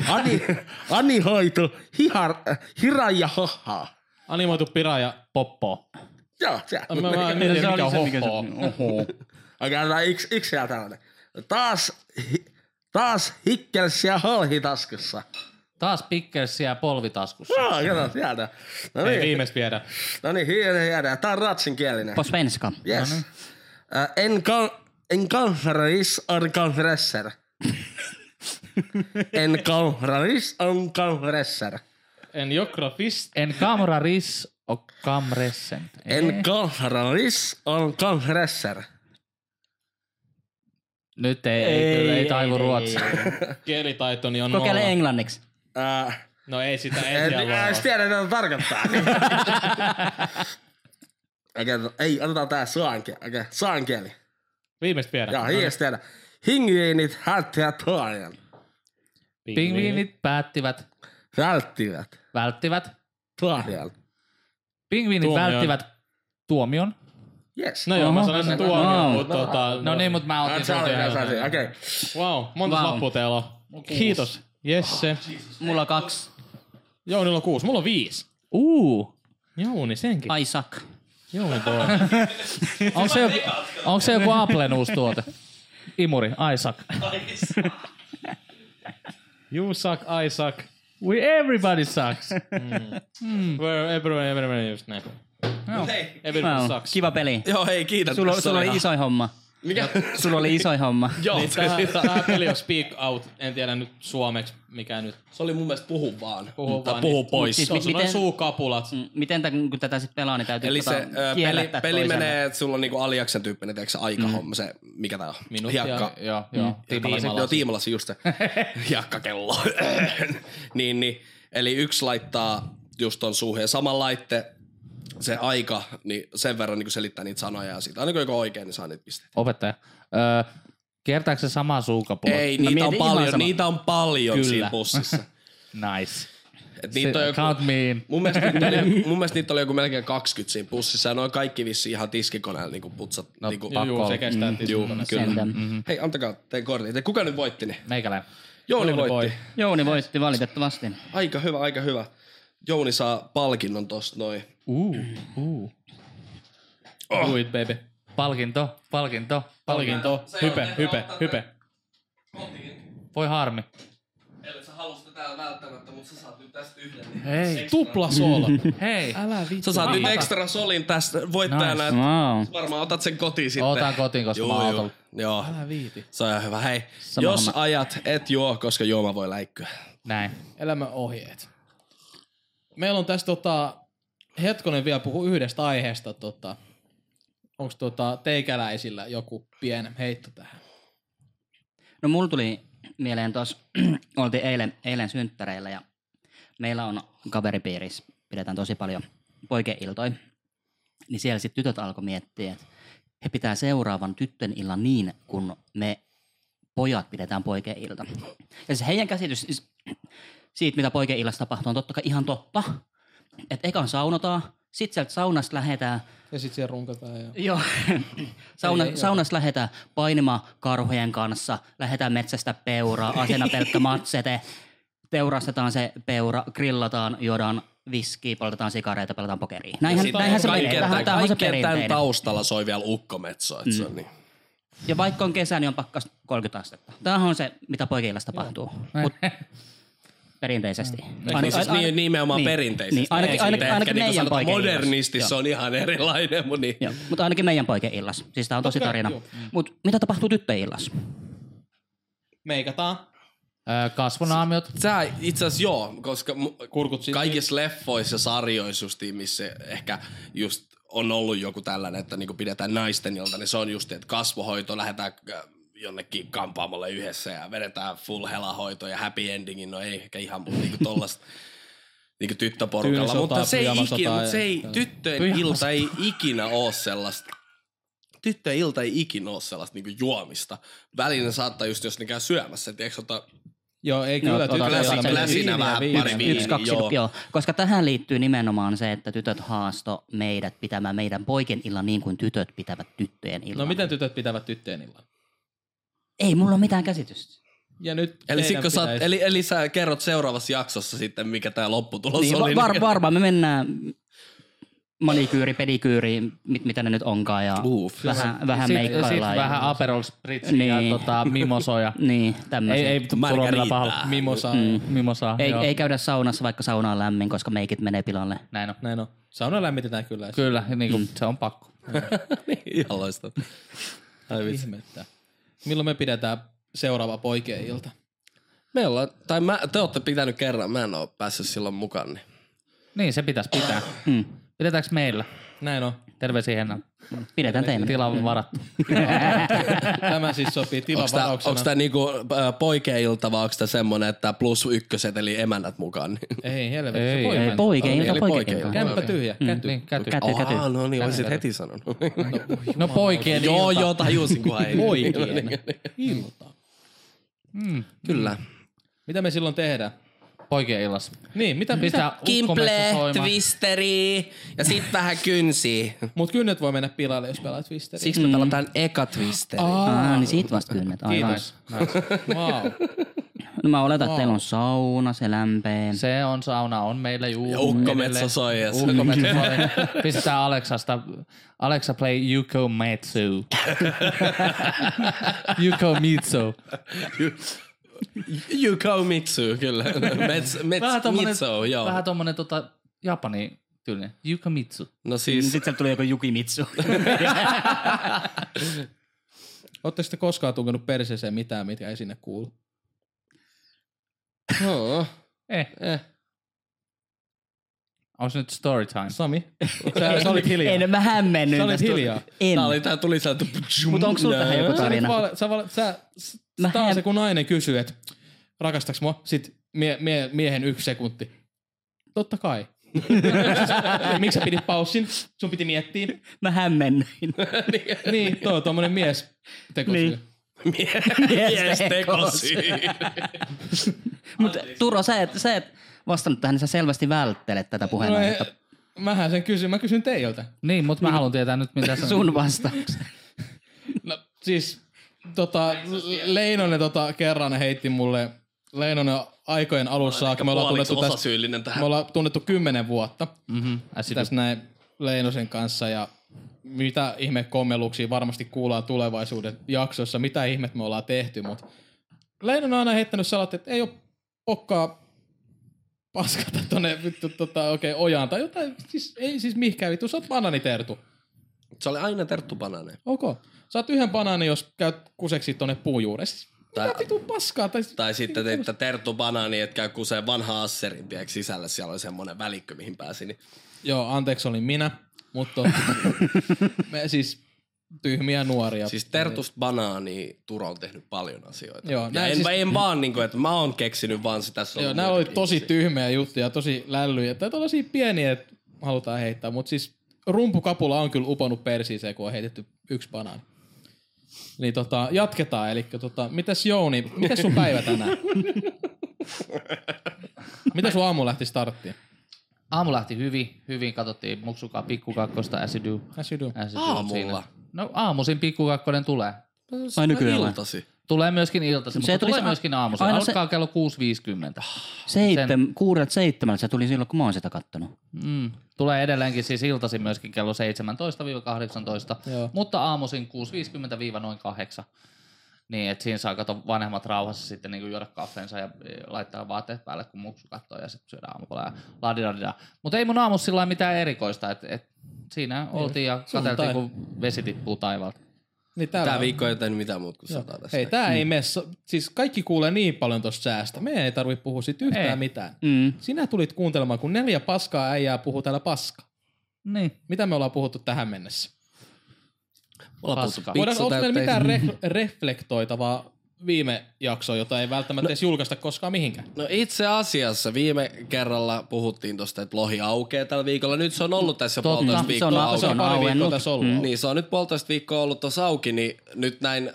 Speaker 3: Ani, Ani hoitu hihar, äh, hiran ja hohaa.
Speaker 2: Animoitu pira ja poppo.
Speaker 3: Joo, se.
Speaker 2: Mä, mä en tiedä, mikä hoho.
Speaker 4: Oho.
Speaker 3: Okei, otetaan yksi, yksi vielä tällainen. Taas, hi, taas hikkelsiä holhi taskussa.
Speaker 1: Taas pikkersiä polvitaskussa.
Speaker 3: Joo, katsotaan sieltä. No
Speaker 2: Ei
Speaker 3: niin,
Speaker 2: viimeis viedä.
Speaker 3: no niin, hieno, hieno. Tää on ruotsinkielinen.
Speaker 4: På svenska.
Speaker 3: Yes. Äh, en, kal- en kalfraris on kalfresser. en kalfraris on kalfresser.
Speaker 2: En jokrafist.
Speaker 1: En kamra ris och kamressen.
Speaker 3: En kalfraris on kalfresser.
Speaker 1: Nyt ei, ei, kyllä, ei taivu ruotsia.
Speaker 2: Kielitaitoni on
Speaker 4: Kokeile
Speaker 2: nolla.
Speaker 4: englanniksi.
Speaker 3: Äh,
Speaker 2: No ei sitä
Speaker 3: (laughs) en
Speaker 2: ensi
Speaker 3: mä edes tiedä, mitä se tarkoittaa. Okei, okay, ei, otetaan tää suankieli. Okei, okay, suankieli.
Speaker 2: Viimeistä viedä.
Speaker 3: Joo, hiies tiedä. Hingiinit härttivät huolen.
Speaker 1: Pingviinit päättivät,
Speaker 3: Välttivät
Speaker 1: välttivät.
Speaker 3: huolen.
Speaker 1: Pingviinit
Speaker 2: Tuomion.
Speaker 1: välttivät tuomion.
Speaker 3: Yes.
Speaker 2: No joo, mä
Speaker 4: Oho.
Speaker 2: sanoisin tuomio,
Speaker 4: No.
Speaker 2: mutta tota...
Speaker 1: No niin, mutta mä
Speaker 3: Ah,
Speaker 1: otin
Speaker 3: se oli,
Speaker 1: tuomion.
Speaker 3: se oli, Okei. Okay.
Speaker 2: Wow, monta
Speaker 4: Wow.
Speaker 2: lappua teillä on? Kiitos. Jesse.
Speaker 4: Mulla on kaksi.
Speaker 2: Jounilla on kuusi, mulla on viisi.
Speaker 1: Uu,
Speaker 2: Jouni, senkin.
Speaker 4: Isaac.
Speaker 2: Joo, toi.
Speaker 1: Onko se, joku, onko se joku Applen uusi tuote? Imuri, Isaac.
Speaker 2: You suck, I suck.
Speaker 1: We everybody
Speaker 2: (laughs)
Speaker 1: sucks.
Speaker 2: Where everyone, everyone is näin.
Speaker 1: Joo.
Speaker 2: Everyone
Speaker 4: Wow,
Speaker 2: sucks.
Speaker 4: Kiva peli.
Speaker 3: Joo, hei, kiitän.
Speaker 4: Sulla,
Speaker 3: tässä
Speaker 4: sulla
Speaker 3: ihan-
Speaker 4: oli iso homma.
Speaker 3: Mikä?
Speaker 4: Sulla oli iso homma.
Speaker 3: (laughs) Joo, se,
Speaker 2: Tämä, tämä Niin, peli on Speak Out. En tiedä nyt suomeksi, mikä nyt
Speaker 3: se oli mun mielestä puhu vaan.
Speaker 2: Puhu
Speaker 3: Puhu,
Speaker 2: vaan,
Speaker 3: puhu
Speaker 2: niin-
Speaker 3: pois.
Speaker 4: Siis
Speaker 2: Se on
Speaker 4: mi-
Speaker 2: semmoinen
Speaker 4: miten-
Speaker 2: suukapulat.
Speaker 4: Mm, Miten tä, kun tätä sitten pelaa, niin täytyy
Speaker 3: Eli se
Speaker 4: tota,
Speaker 3: ö, peli,
Speaker 4: kierrättää
Speaker 3: peli
Speaker 4: toiselle.
Speaker 3: menee, että sulla on niinku aliaksen tyyppinen, tiedätkö se aikahomma, se, mikä tää on?
Speaker 2: Minuuttia.
Speaker 3: Hiekka. Mm.
Speaker 1: Joo, joo.
Speaker 3: Tiimalasi. Joo, tiimalasi just se. Hiekkakello. (laughs) niin, niin. Eli yksi laittaa just ton suuhun ja saman laitte se aika, niin sen verran niin selittää niitä sanoja ja siitä. Aina kun joku oikein, niin saa niitä pisteitä.
Speaker 1: Opettaja. Öö, kiertääkö se samaa suukapulot?
Speaker 3: Ei,
Speaker 4: Mä
Speaker 3: niitä on
Speaker 4: mietin ihan
Speaker 3: paljon,
Speaker 4: samaa.
Speaker 3: niitä on paljon
Speaker 1: Kyllä.
Speaker 3: siinä bussissa.
Speaker 1: Nice.
Speaker 3: Et
Speaker 1: Se,
Speaker 3: niitä on joku,
Speaker 1: count me in.
Speaker 3: mun, mielestä niitä oli, mun mielestä niitä oli joku melkein 20 siinä bussissa ja noin kaikki vissi ihan tiskikoneella niinku putsat. No, niinku,
Speaker 1: pakko
Speaker 2: Juu,
Speaker 1: olla.
Speaker 2: se kestää
Speaker 3: juu,
Speaker 2: tismalleen.
Speaker 3: kyllä.
Speaker 4: Sentään.
Speaker 3: Hei, antakaa teidän kortit. Te- Kuka nyt voitti ne?
Speaker 1: Meikäläinen.
Speaker 3: Jouni,
Speaker 2: Jouni
Speaker 3: voitti.
Speaker 2: voi.
Speaker 4: Jouni voitti niin valitettavasti.
Speaker 3: Aika hyvä, aika hyvä. Jouni saa palkinnon tosta noin.
Speaker 2: Uu, uu.
Speaker 3: Oh.
Speaker 2: Do it, baby.
Speaker 1: Palkinto, palkinto.
Speaker 2: Palkinto. Hype, hype, hype.
Speaker 1: Voi harmi.
Speaker 3: Eli sä halusit tätä välttämättä, mutta sä saat nyt tästä yhden. niin-
Speaker 1: Hei,
Speaker 2: Tupla
Speaker 3: (laughs)
Speaker 2: sola.
Speaker 1: hei.
Speaker 3: Sä saat nyt ekstra solin tästä voittajana. Nice.
Speaker 4: Wow.
Speaker 3: Varmaan otat sen kotiin sitten.
Speaker 1: Otan kotiin, koska mä oon
Speaker 3: joo,
Speaker 1: autolla.
Speaker 3: joo.
Speaker 2: Älä viiti.
Speaker 3: Se on ihan hyvä. Hei,
Speaker 4: Sama
Speaker 3: jos
Speaker 4: homma.
Speaker 3: ajat, et juo, koska juoma voi läikkyä.
Speaker 1: Näin.
Speaker 2: Elämän ohjeet. Meillä on tässä tota, hetkonen vielä puhu yhdestä aiheesta. Tota, Onko tota, teikäläisillä joku pieni heitto tähän?
Speaker 4: No mulla tuli mieleen tuossa, (clears throat) oltiin eilen, eilen synttäreillä ja meillä on kaveripiirissä, pidetään tosi paljon poikeiltoja, niin siellä sitten tytöt alkoi miettiä, että he pitää seuraavan tytten illan niin, kun me pojat pidetään poikeilta. Ja siis heidän käsitys siis siitä, mitä poikeillassa tapahtuu, on totta kai ihan totta. Että ekan saunotaan, sitten sieltä saunasta lähdetään
Speaker 2: Ja sitten siellä runkataan. Ja...
Speaker 4: Joo. Sauna,
Speaker 2: Ei, ei,
Speaker 4: saunassa lähdetään painimaan karhujen kanssa, lähdetään metsästä peuraa, asena pelkkä matsete, teurastetaan se peura, grillataan, juodaan viskiä, poltetaan sikareita, pelataan pokeria. Näinhän, näinhän se menee. Tähän, tämä on se
Speaker 3: kaikkien tämän
Speaker 4: perinteinen.
Speaker 3: taustalla soi vielä ukkometso. Mm. Se on niin.
Speaker 4: ja vaikka on kesä, niin on pakkas 30 astetta. Tämähän on se, mitä poikeillassa tapahtuu. Mut perinteisesti.
Speaker 3: Niin, siis
Speaker 4: ain-
Speaker 3: niin, nimenomaan
Speaker 4: niin.
Speaker 3: perinteisesti.
Speaker 4: Niin, ainakin,
Speaker 3: Ei
Speaker 4: ainakin,
Speaker 3: sitten
Speaker 4: ainakin
Speaker 3: ehkä
Speaker 4: meidän
Speaker 3: niinku sanotaan
Speaker 4: poikeillassa.
Speaker 3: Modernisti
Speaker 4: Joo.
Speaker 3: se on ihan erilainen, mutta niin.
Speaker 4: Joo, mutta ainakin meidän poikien illas. Siis tää on tosi tarina. Mutta mitä tapahtuu tyttöjen illas?
Speaker 2: Meikataan.
Speaker 1: Öö, kasvonaamiot.
Speaker 3: Sä itse asiassa joo, koska mu-
Speaker 2: Kurkut sitten.
Speaker 3: kaikissa leffoissa ja sarjoissa justiin, missä ehkä just on ollut joku tällainen, että niinku pidetään naisten ilta, niin se on just, että kasvohoito lähdetään äh, jonnekin kampaamolle yhdessä ja vedetään full helahoito ja happy endingin, no ei ehkä ihan, mutta niinku tollasta niinku tyttöporukalla,
Speaker 2: Tyylisotaa,
Speaker 3: mutta se ei
Speaker 2: pyjamasotaa
Speaker 3: ikinä, mutta
Speaker 2: ja-
Speaker 3: se ei, tyttöjen ilta ei ikinä ole sellaista tyttöjen ilta ei ikinä ole sellaista niinku juomista. Välillä saattaa just, jos ne käy syömässä, tiedätkö, tota- ottaa
Speaker 2: Joo,
Speaker 3: No,
Speaker 2: ei kyllä.
Speaker 4: ota-
Speaker 2: tytöillä
Speaker 4: ota-
Speaker 2: on
Speaker 4: läsinä
Speaker 2: viiniä,
Speaker 3: vähän,
Speaker 2: viiniä.
Speaker 3: pari viiniä.
Speaker 4: Yksi, kaksi,
Speaker 3: joo.
Speaker 4: joo. joo. Koska tähän liittyy nimenomaan se, että tytöt haasto meidät pitämään meidän poikien illan niin kuin tytöt pitävät tyttöjen illan.
Speaker 2: No miten tytöt pitävät tyttöjen illan?
Speaker 4: Ei mulla ole mitään käsitystä.
Speaker 2: Ja nyt
Speaker 3: Eli, sit,
Speaker 2: teidän
Speaker 3: kun sä,
Speaker 2: pitäisi-
Speaker 3: eli, eli sä kerrot seuraavassa jaksossa sitten, mikä tämä
Speaker 8: No
Speaker 3: lopputulos
Speaker 4: Niin,
Speaker 3: oli.
Speaker 4: va- var- varmaan me mennään manikyyri, pedikyyri, mit, mitä ne nyt onkaan ja
Speaker 3: Uff.
Speaker 4: vähän, vähän
Speaker 1: Sitten sit
Speaker 4: meikkaillaan. ja-
Speaker 1: vähän Aperol Spritz ja
Speaker 4: Niin.
Speaker 1: tota, mimosoja.
Speaker 4: (laughs) Niin,
Speaker 1: ei,
Speaker 4: tämmöisiä.
Speaker 1: ei Tuomilla
Speaker 3: Margarita.
Speaker 1: pahalla.
Speaker 3: (laughs)
Speaker 2: Mimosa.
Speaker 3: Mm.
Speaker 1: Mimosaa,
Speaker 4: ei,
Speaker 1: joo.
Speaker 4: ei, käydä saunassa, vaikka sauna on lämmin, koska meikit menee pilalle.
Speaker 1: Näin on.
Speaker 2: Näin on. Sauna lämmitetään kyllä.
Speaker 1: Kyllä, niin
Speaker 4: Mm.
Speaker 1: kuin, se on pakko.
Speaker 3: Niin, Ihan loistava.
Speaker 2: Ai ihmettä. Milloin me pidetään seuraava poikien ilta?
Speaker 3: Meillä on, tai mä, te olette pitänyt kerran, mä en oo päässyt silloin mukaan. Niin.
Speaker 1: Niin, se pitäisi pitää.
Speaker 4: Mm.
Speaker 1: Pidetäänkö meillä?
Speaker 2: Näin on.
Speaker 1: Terveisiä Henna.
Speaker 4: Pidetään teidän.
Speaker 1: Tila on varattu.
Speaker 4: Mm.
Speaker 2: Tämä siis sopii
Speaker 3: Onks tää, onks
Speaker 2: tilavarauksena.
Speaker 3: tää niinku äh, poikien ilta vai onks tää semmonen, että plus ykköset eli emännät mukaan? Niin.
Speaker 2: Ei helvetti, se
Speaker 1: Ei,
Speaker 2: voi
Speaker 1: ei,
Speaker 2: mennä.
Speaker 4: Poikien ilta,
Speaker 3: Eli
Speaker 4: poikien ilta.
Speaker 3: poikien
Speaker 2: Kämppä tyhjä, käty.
Speaker 1: Niin, käty.
Speaker 4: Käty, käty.
Speaker 3: Aa, no niin, olisit heti sanonut. (laughs)
Speaker 1: No poikien
Speaker 3: joo,
Speaker 1: ilta.
Speaker 3: joo, tajusin
Speaker 2: (laughs)
Speaker 3: kun ei.
Speaker 2: Niin,
Speaker 8: niin
Speaker 2: Poikien niin. ilta. Mm.
Speaker 3: Kyllä.
Speaker 2: Mitä me silloin tehdään?
Speaker 1: Poikien illas.
Speaker 2: Niin, mitä pitää?
Speaker 1: Pistää ukkomessa soimaan.
Speaker 3: twisteri ja sit vähän kynsi.
Speaker 2: Mut kynnet voi mennä pilalle, jos pelaat twisteriä.
Speaker 4: Mm.
Speaker 3: Siksi me pelataan eka twisteri.
Speaker 4: Ah, niin siitä vasta kynnet. Aivan.
Speaker 2: Wow.
Speaker 4: No mä oletan, että teillä on sauna, se lämpee.
Speaker 1: Se on sauna, on meillä juu.
Speaker 8: Ja ukkometsä soi ja se-
Speaker 1: Ukkometsä soi. Pistää Alexasta, Alexa play Yuko Metsu. Yuko Mitsu.
Speaker 2: Uh.
Speaker 8: Yuko Mitsu,
Speaker 2: (laughs)
Speaker 8: kyllä. Mets, mets, Mitsu, joo.
Speaker 1: vähän tommonen tota, Japani tyylinen. Yuko Mitsu.
Speaker 8: No siis,
Speaker 4: Sitten sieltä tuli joku (laughs) Jukimitsu.
Speaker 2: Ootte sitten koskaan tunkenut perseeseen mitään, mitkä ei sinne kuulu?
Speaker 8: no,
Speaker 1: Eh.
Speaker 8: eh.
Speaker 1: Onko nyt story time?
Speaker 2: Sami, sä, sä olit No, hiljaa.
Speaker 4: en mä hämmennyt.
Speaker 2: Sä olit
Speaker 4: tästä.
Speaker 2: hiljaa.
Speaker 4: En.
Speaker 8: Tää oli, tää tuli sieltä.
Speaker 4: Mutta onko sulla tähän joku
Speaker 2: No, Sä, olit
Speaker 4: tarina?
Speaker 2: vale, sä, vale, sä s-
Speaker 4: Mä
Speaker 2: tää on
Speaker 4: hän-
Speaker 2: se, kun nainen kysyy, että rakastaks mua? Sit mie, mie, miehen yksi sekunti. Totta kai. Miksi sä pidit paussin? Sun piti miettiä.
Speaker 4: Mä hämmennyin.
Speaker 2: Niin, toi on tommonen mies tekosyy.
Speaker 4: Niin.
Speaker 2: Niin.
Speaker 4: Mies Mutta Turo, sä et, sä et vastannut tähän, niin sä selvästi välttelet tätä
Speaker 2: No, ei,
Speaker 4: puheenaihetta.
Speaker 2: mähän sen kysyn, mä kysyn teiltä.
Speaker 1: Niin, mutta mä haluan tietää nyt, mitä se
Speaker 4: Sun vastauksen.
Speaker 2: No siis, tota, Leinonen tota, kerran heitti mulle, Leinonen aikojen alussa, saakka, me ollaan tunnettu tästä,
Speaker 8: osasyyllinen tähän.
Speaker 2: me ollaan tunnettu kymmenen vuotta
Speaker 1: Mhm, äsity.
Speaker 2: tässä näin Leinosen kanssa ja mitä ihme kommeluksia varmasti kuullaan tulevaisuuden jaksossa, mitä ihmet me ollaan tehty, mutta Leinonen on aina heittänyt salat, että ei ole pokkaa paskata tonne vittu tota, okei, ojaan tai jotain, siis, ei siis mihinkään vittu, sä oot bananitertu.
Speaker 8: Se oli aina Terttu Bananen.
Speaker 2: Ok. Saat yhden banaanin, jos käyt kuseksi tonne puun juuressa. Mitä vitu paskaa? Tai, siis-
Speaker 8: Tai sitten teitte Terttu Banani, että käy kuseen vanha Asserin tiedätkö, sisällä. Siellä oli semmoinen välikkö, mihin pääsi. Niin.
Speaker 2: Joo, anteeksi olin minä, mutta me siis tyhmiä nuoria.
Speaker 8: Siis Tertusta Banaani Turo on tehnyt paljon asioita.
Speaker 2: Joo,
Speaker 8: ja
Speaker 2: näin
Speaker 8: en,
Speaker 2: siis-
Speaker 8: siis... en vaan, niin kuin, että mä oon keksinyt vaan sitä. se on
Speaker 2: Joo,
Speaker 8: ollut
Speaker 2: nämä oli
Speaker 8: muitakin
Speaker 2: tosi
Speaker 8: ihmisiä.
Speaker 2: tyhmiä juttuja, tosi lällyjä. Tai tollasia pieniä, että halutaan heittää. Mutta siis rumpukapula on kyllä uponut persiiseen, kun on heitetty yksi banaani. Niin tota, jatketaan. Eli tota, mitäs Jouni, mitäs sun päivä tänään? Mitä sun aamu lähti starttiin?
Speaker 1: Aamu lähti hyvin, hyvin katsottiin Muksukaa pikkukakkosta, Äsidy.
Speaker 2: As you do.
Speaker 1: Äsidy
Speaker 8: Aamulla?
Speaker 1: siinä. No aamuisin pikkukakkonen tulee.
Speaker 2: no,
Speaker 4: Ai nykyään vai?
Speaker 8: Iltasi.
Speaker 1: Tulee myöskin iltaisin,
Speaker 4: Se
Speaker 1: mutta
Speaker 4: tulisi
Speaker 1: tulee
Speaker 4: a-
Speaker 1: myöskin aamuisin.
Speaker 4: aina se-
Speaker 1: Alkaa kello 6.50.
Speaker 4: Seitsemän, kuudelta seitsemältä se tuli silloin, kun mä oon sitä kattonut.
Speaker 1: Mm. Tulee edelleenkin siis iltaisin myöskin kello 17-18,
Speaker 2: Joo.
Speaker 1: mutta aamuisin 6.50 noin 8. Niin, että siinä saa kato vanhemmat rauhassa sitten niin juoda kaffeensa ja e, laittaa vaatteet päälle, kun muksu katsoo ja sitten syödään aamupalaa ja ladidadida. Mutta ei mun aamu sillä lailla mitään erikoista, että et siinä oltiin ja katseltiin,
Speaker 2: sunnuntai.
Speaker 1: kun vesi tippuu taivaalta.
Speaker 2: Niin täällä
Speaker 8: Tämä
Speaker 2: on-
Speaker 8: viikko ei ole tehnyt mitään muuta kuin sataa tässä.
Speaker 2: Ei, tää ei mene. so- Siis kaikki kuulee niin paljon tosta säästä. Meidän ei tarvi puhua siitä yhtään
Speaker 1: Ei.
Speaker 2: mitään.
Speaker 4: Mm.
Speaker 2: Sinä tulit kuuntelemaan, kun neljä paskaa äijää puhuu täällä paska.
Speaker 1: Niin.
Speaker 2: Mitä me ollaan puhuttu tähän mennessä?
Speaker 8: Ollaan
Speaker 1: Paska.
Speaker 8: puhuttu
Speaker 2: Voidaan, onko meillä
Speaker 8: pizzatäytteistä.
Speaker 2: mitään ref- reflektoitavaa viime jaksoa, jota ei välttämättä edes julkaista koskaan mihinkään?
Speaker 8: No itse asiassa viime kerralla puhuttiin tosta, että lohi aukeaa tällä viikolla. Nyt se on ollut tässä jo
Speaker 1: Totta.
Speaker 8: puolitoista
Speaker 4: Se on,
Speaker 8: viikkoa auki.
Speaker 4: se on
Speaker 2: Pari viikkoa
Speaker 4: auennut.
Speaker 2: tässä ollut. Mm.
Speaker 8: Niin se on nyt puolitoista viikkoa ollut tuossa auki, niin nyt näin, äh,